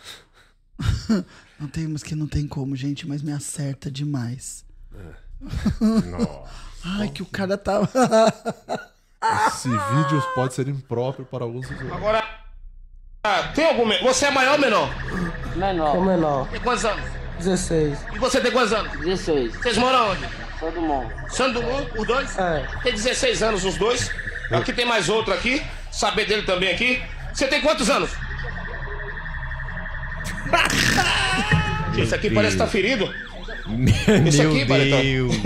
Não tem umas que não tem como, gente, mas me acerta demais. É. Ai, que o cara tava. Esse vídeo pode ser impróprio para alguns usuários. Agora, ah, tem algum. me- Você é maior ou menor? É Menor. Sou menor. Tem quantos anos? 16. E você tem quantos anos? 16. Vocês moram onde? Todo mundo. Santo Dumont, os dois? É. Tem 16 anos os dois. Aqui tem mais outro aqui. Saber dele também aqui. Você tem quantos anos? Esse aqui Meu Deus. parece estar ferido. Esse Meu aqui, Baretão. Deus.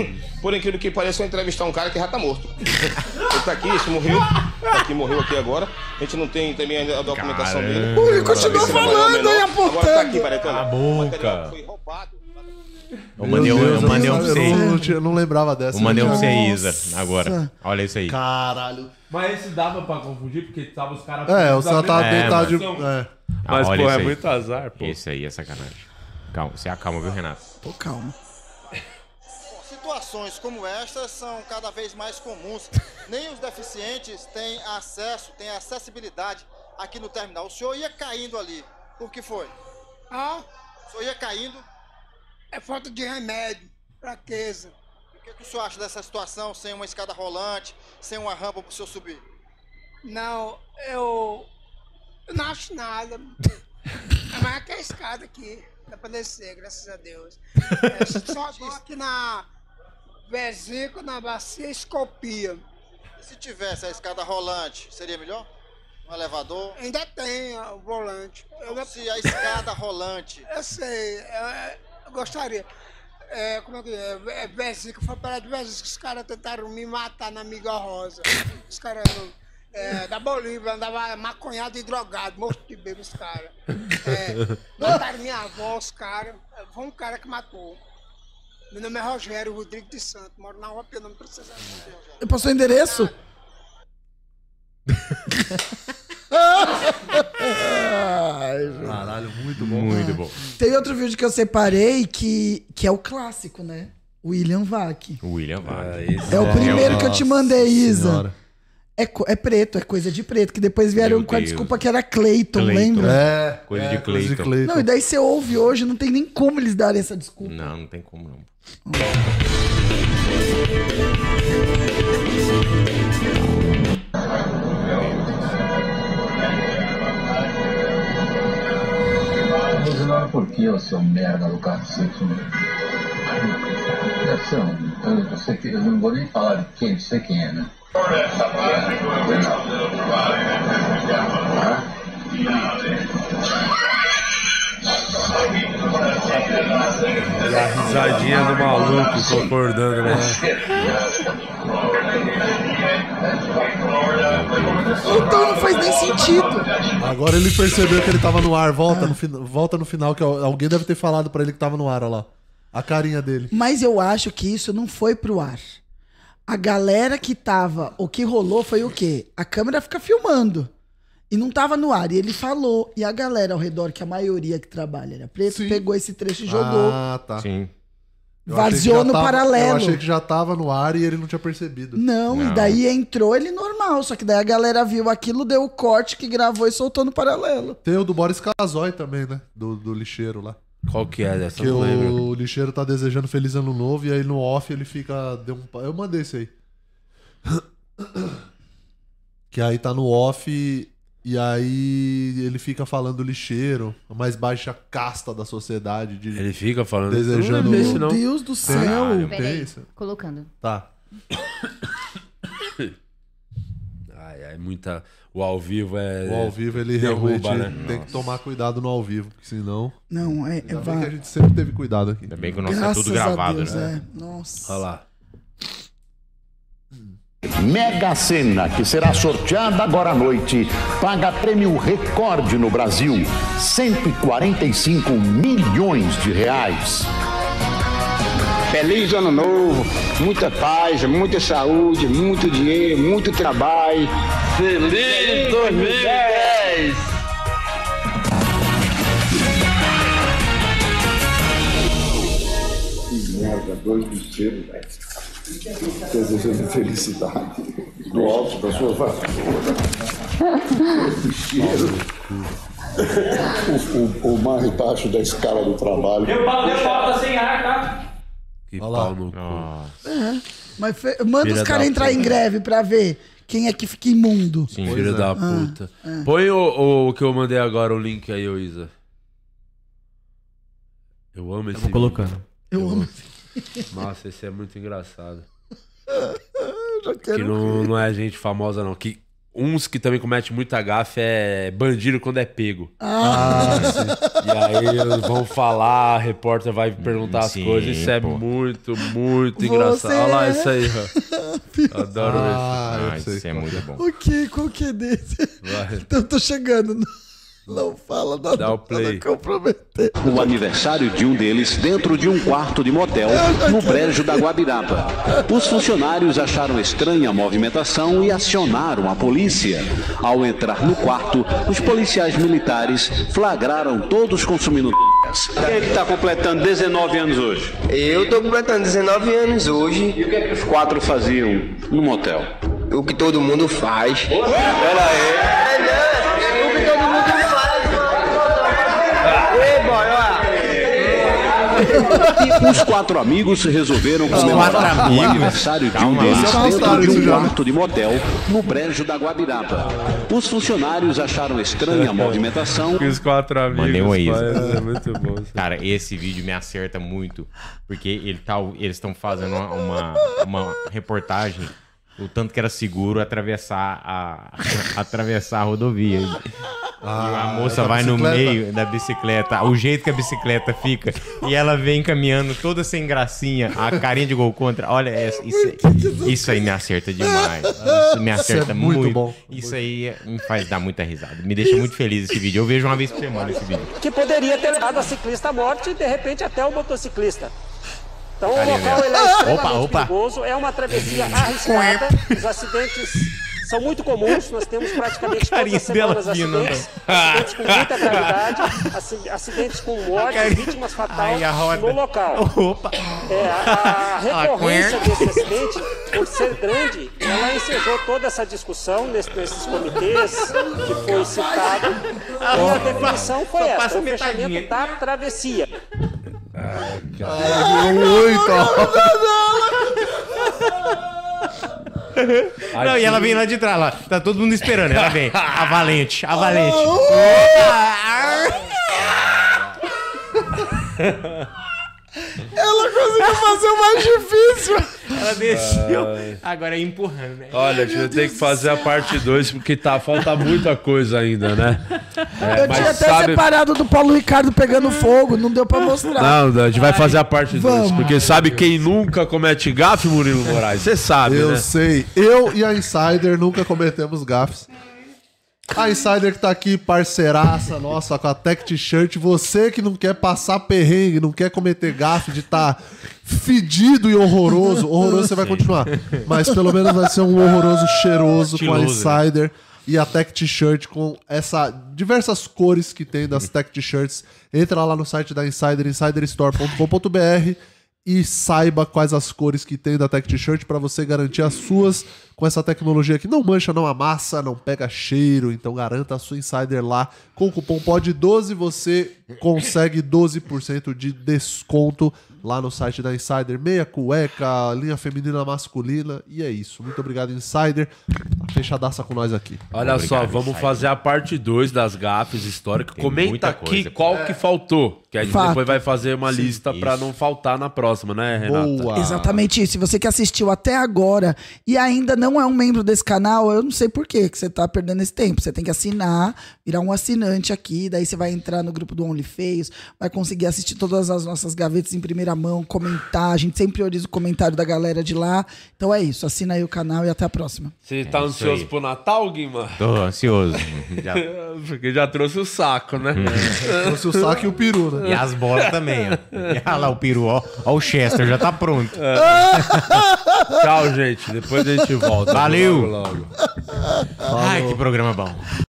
Por incrível que pareça, eu vou entrevistar um cara que já tá morto. Ele tá aqui, esse morreu. Tá aqui, morreu aqui agora. A gente não tem também ainda a documentação dele. Ui, continua Pra ver se ele é maior ou falando menor. aí, Agora tá aqui, apontando. Baretão. Cala a boca. Eu Meu mandei, um- Deus, eu mandei um não- pra você. eu não, tinha- não lembrava dessa. né? Eu mandei um pra você, Nossa. Isa, agora. Olha isso aí. Caralho. Mas esse dava pra confundir, porque tava os caras. É, o Santa tá tava deitado de. mano. É. Mas, Ah, olha pô, isso é aí. muito azar, pô. Esse aí é sacanagem. Calma, você acalma, viu, Renato? Tô calmo. Situações como estas são cada vez mais comuns. Nem os deficientes têm acesso, têm acessibilidade aqui no terminal. O senhor ia caindo ali. Por que foi? Ah, O senhor ia caindo? é falta de remédio, fraqueza. O que, que o senhor acha dessa situação sem uma escada rolante, sem uma rampa para o senhor subir? Não, eu. eu não acho nada. Mas é que a escada aqui, dá pra descer, graças a Deus. É, só dor aqui na vesícula, na bacia, escopia. E se tivesse a escada rolante, seria melhor? Um elevador? Ainda tem ó, o volante. Eu, Se a escada rolante. eu sei, eu, eu gostaria. É, como é que é? é vesícula, foi para de vesícula que os caras tentaram me matar na amiga rosa. Os caras é, da Bolívia andava maconhado e drogado, morto de bebo os caras. É, mataram minha avó, os caras. Foi um cara que matou. Meu nome é Rogério Rodrigues de Santos, moro na rua Pelo, não precisa. Eu passou o endereço? Caralho, Muito bom. Muito bom. Tem outro vídeo que eu separei que, que é o clássico, né? William Vac. William Vaca. É o primeiro que eu te mandei, Isa. É, co- é preto, é coisa de preto. Que depois vieram Meu com a Deus. desculpa que era Clayton, lembra? É, coisa de coisa de Cleiton. Clayton. Não, e daí você ouve hoje, não tem nem como eles darem essa desculpa. Não, não tem como não. Por que eu sou um merda do cacete, né? Você, eu, você, eu não vou nem falar de quem, você quem é, né? Risadinha do maluco concordando, né? É. Então não faz nem sentido. Agora ele percebeu que ele tava no ar. Volta, no, fina- volta no final, que al- alguém deve ter falado pra ele que tava no ar, olha lá. A carinha dele. Mas eu acho que isso não foi pro ar. A galera que tava, o que rolou foi o quê? A câmera fica filmando. E não tava no ar. E ele falou. E a galera ao redor, que a maioria que trabalha era preto, pegou esse trecho e jogou. Ah, tá. Sim. Vaziou no paralelo. Eu achei que já tava no ar e ele não tinha percebido. Não, e daí entrou ele normal. Só que daí a galera viu aquilo, deu o corte que gravou e soltou no paralelo. Tem o do Boris Casoy também, né? Do, do lixeiro lá. Qual que é dessa? Que Não lembro. o lixeiro tá desejando feliz ano novo e aí no off ele fica. Deu um, pa- eu mandei isso aí. Que aí tá no off e aí ele fica falando lixeiro, a mais baixa casta da sociedade. De, Ele fica falando. Eu Desejando. não lembro desse, não. Meu Deus do Tem- céu. Tem Peraí, isso? colocando. Tá. Ai, ai, muita. O ao vivo é. O ao vivo ele derruba, realmente né? tem que tomar cuidado no ao vivo, porque senão. Não, é- Ainda é bem vá- que a gente sempre teve cuidado aqui. Ainda bem que o o nosso é Graças tudo a gravado, Deus, né? é. Nossa. Olha lá. Mega Sena, que será sorteada agora à noite, paga prêmio recorde no Brasil: 145 milhões de reais. Feliz ano novo, muita paz, muita saúde, muito dinheiro, muito trabalho. Feliz 2010! Merda, dois bicheiros, velho. Desejando felicidade do alto da sua vassoura. Dois bicheiros. O, o, o mais baixo da escala do trabalho. tá sem ar, tá? Que pau no cu. É. Mas fe- manda Filha os caras da entrar em puta. greve pra ver quem é que fica imundo. Sim, filho da puta. é. Põe o, o que eu mandei agora, o link aí, ô Isa. Eu amo esse. vou colocando. Eu amo. Nossa, esse é muito engraçado. quero que não, não é gente famosa, não. Que uns que também comete muita gafe é bandido quando é pego. Ah. Ah, e aí eles vão falar, a repórter vai perguntar as Sim, coisas. Isso é pô. muito, muito Você engraçado. Olha lá é- isso aí, é ó. Adoro Ah, eu isso. sei isso é qual muito é. bom. O que? Qual que é desse? Vai. Então eu tô chegando. Não, não fala nada. Dá o play. comprometer. O aniversário de um deles dentro de um quarto de motel no brejo da Guabiraba. Os funcionários acharam estranha a movimentação e acionaram a polícia. Ao entrar no quarto, os policiais militares flagraram todos consumindo. Quem é que está completando 19 anos hoje? Eu estou completando 19 anos hoje. E o que, os quatro faziam no motel? O que todo mundo faz. Ela é. O que todo mundo faz. Ei, boy, Os quatro amigos resolveram Os quatro comemorar o amigos? aniversário de um Calma, deles vocês já dentro gostaram de um disso já, né? quarto de motel no brejo da Guabiraba. Os funcionários acharam estranha a movimentação. Os quatro Mandei um aí. É muito bom. Cara, esse vídeo me acerta muito. Porque ele tá, eles estão fazendo uma, uma, uma reportagem. O tanto que era seguro atravessar a, atravessar a rodovia. e a moça da vai no bicicleta. meio da bicicleta, o jeito que a bicicleta fica, e ela vem caminhando toda sem gracinha, a carinha de gol contra. Olha, essa- isso, isso aí me acerta demais. Isso Isso é me acerta muito muito. bom. Isso aí me faz dar muita risada. Me deixa muito feliz esse vídeo. Eu vejo uma vez por semana esse vídeo. que poderia ter levado a ciclista à morte e de repente até o motociclista. Então o Ali, local né? ele é extremamente Opa, opa. perigoso, é uma travessia arriscada, os acidentes São muito comuns, nós temos praticamente todas carinha as semanas dela né? fina, acidentes, assim, acidentes com muita tipo, gravidade, aci- acidentes com morte, vítimas fatais Ai, a roda. no local. Opa! É, a, a A recorrência quer. desse acidente, por ser grande, ela é ensejou toda essa discussão nesse- nesses comitês que foi citado. E a definição foi essa, o fechamento da travessia. Não, e ela vem lá de trás, lá. Tá todo mundo esperando. Ela vem. A valente, a valente. Ela conseguiu fazer o mais difícil. Ela desceu. Ai. Agora é empurrando, né? Olha, a gente tem que fazer a parte 2, porque tá, falta muita coisa ainda, né? É, eu tinha até separado do Paulo Ricardo pegando fogo, não deu pra mostrar. Não, a gente vai fazer a parte 2, Vamos. porque sabe quem nunca comete gafe, Murilo Moraes? Você sabe, Eu né? sei. Eu e a Insider nunca cometemos gafes. A Insider que tá aqui, parceiraça nossa, com a Tech T-Shirt. Você que não quer passar perrengue, não quer cometer gafe de tá fedido e horroroso. Horroroso você vai continuar. Mas pelo menos vai ser um horroroso cheiroso com a Estiloso, né? Insider. E a Tech T-Shirt com essa diversas cores que tem das Tech T-Shirts. Entra lá no site da Insider, insiderstore.com.br e saiba quais as cores que tem da Tech T-Shirt para você garantir as suas com essa tecnologia que não mancha, não amassa, não pega cheiro. Então garanta a sua Insider lá com o cupom POD12 você consegue 12% de desconto lá no site da Insider. Meia cueca, linha feminina masculina e é isso. Muito obrigado Insider. Tá fechadaça com nós aqui. Olha só, Obrigado, vamos Insider. fazer a parte 2 das gafes históricas. Comenta muita aqui coisa. qual É. que faltou, que a gente Fato. depois vai fazer uma lista pra não faltar na próxima, né, Renata? Exatamente isso. Se você que assistiu até agora e ainda não é um membro desse canal, eu não sei por que que você tá perdendo esse tempo. Você tem que assinar, virar um assinante aqui, daí você vai entrar no grupo do Only Feios, vai conseguir assistir todas as nossas gavetas em primeira mão, comentar. A gente sempre prioriza o comentário da galera de lá. Então é isso. Assina aí o canal e até a próxima. Você tá isso ansioso aí. pro Natal, Guima? Tô ansioso. Já- Porque já trouxe o saco, né? Trouxe o saco e o peru, né? E as bolas também, ó. E olha lá o peru, ó. Ó o Chester, já tá pronto. Tchau, É, gente. Depois a gente volta. Valeu. Logo, logo. Ai, que programa bom.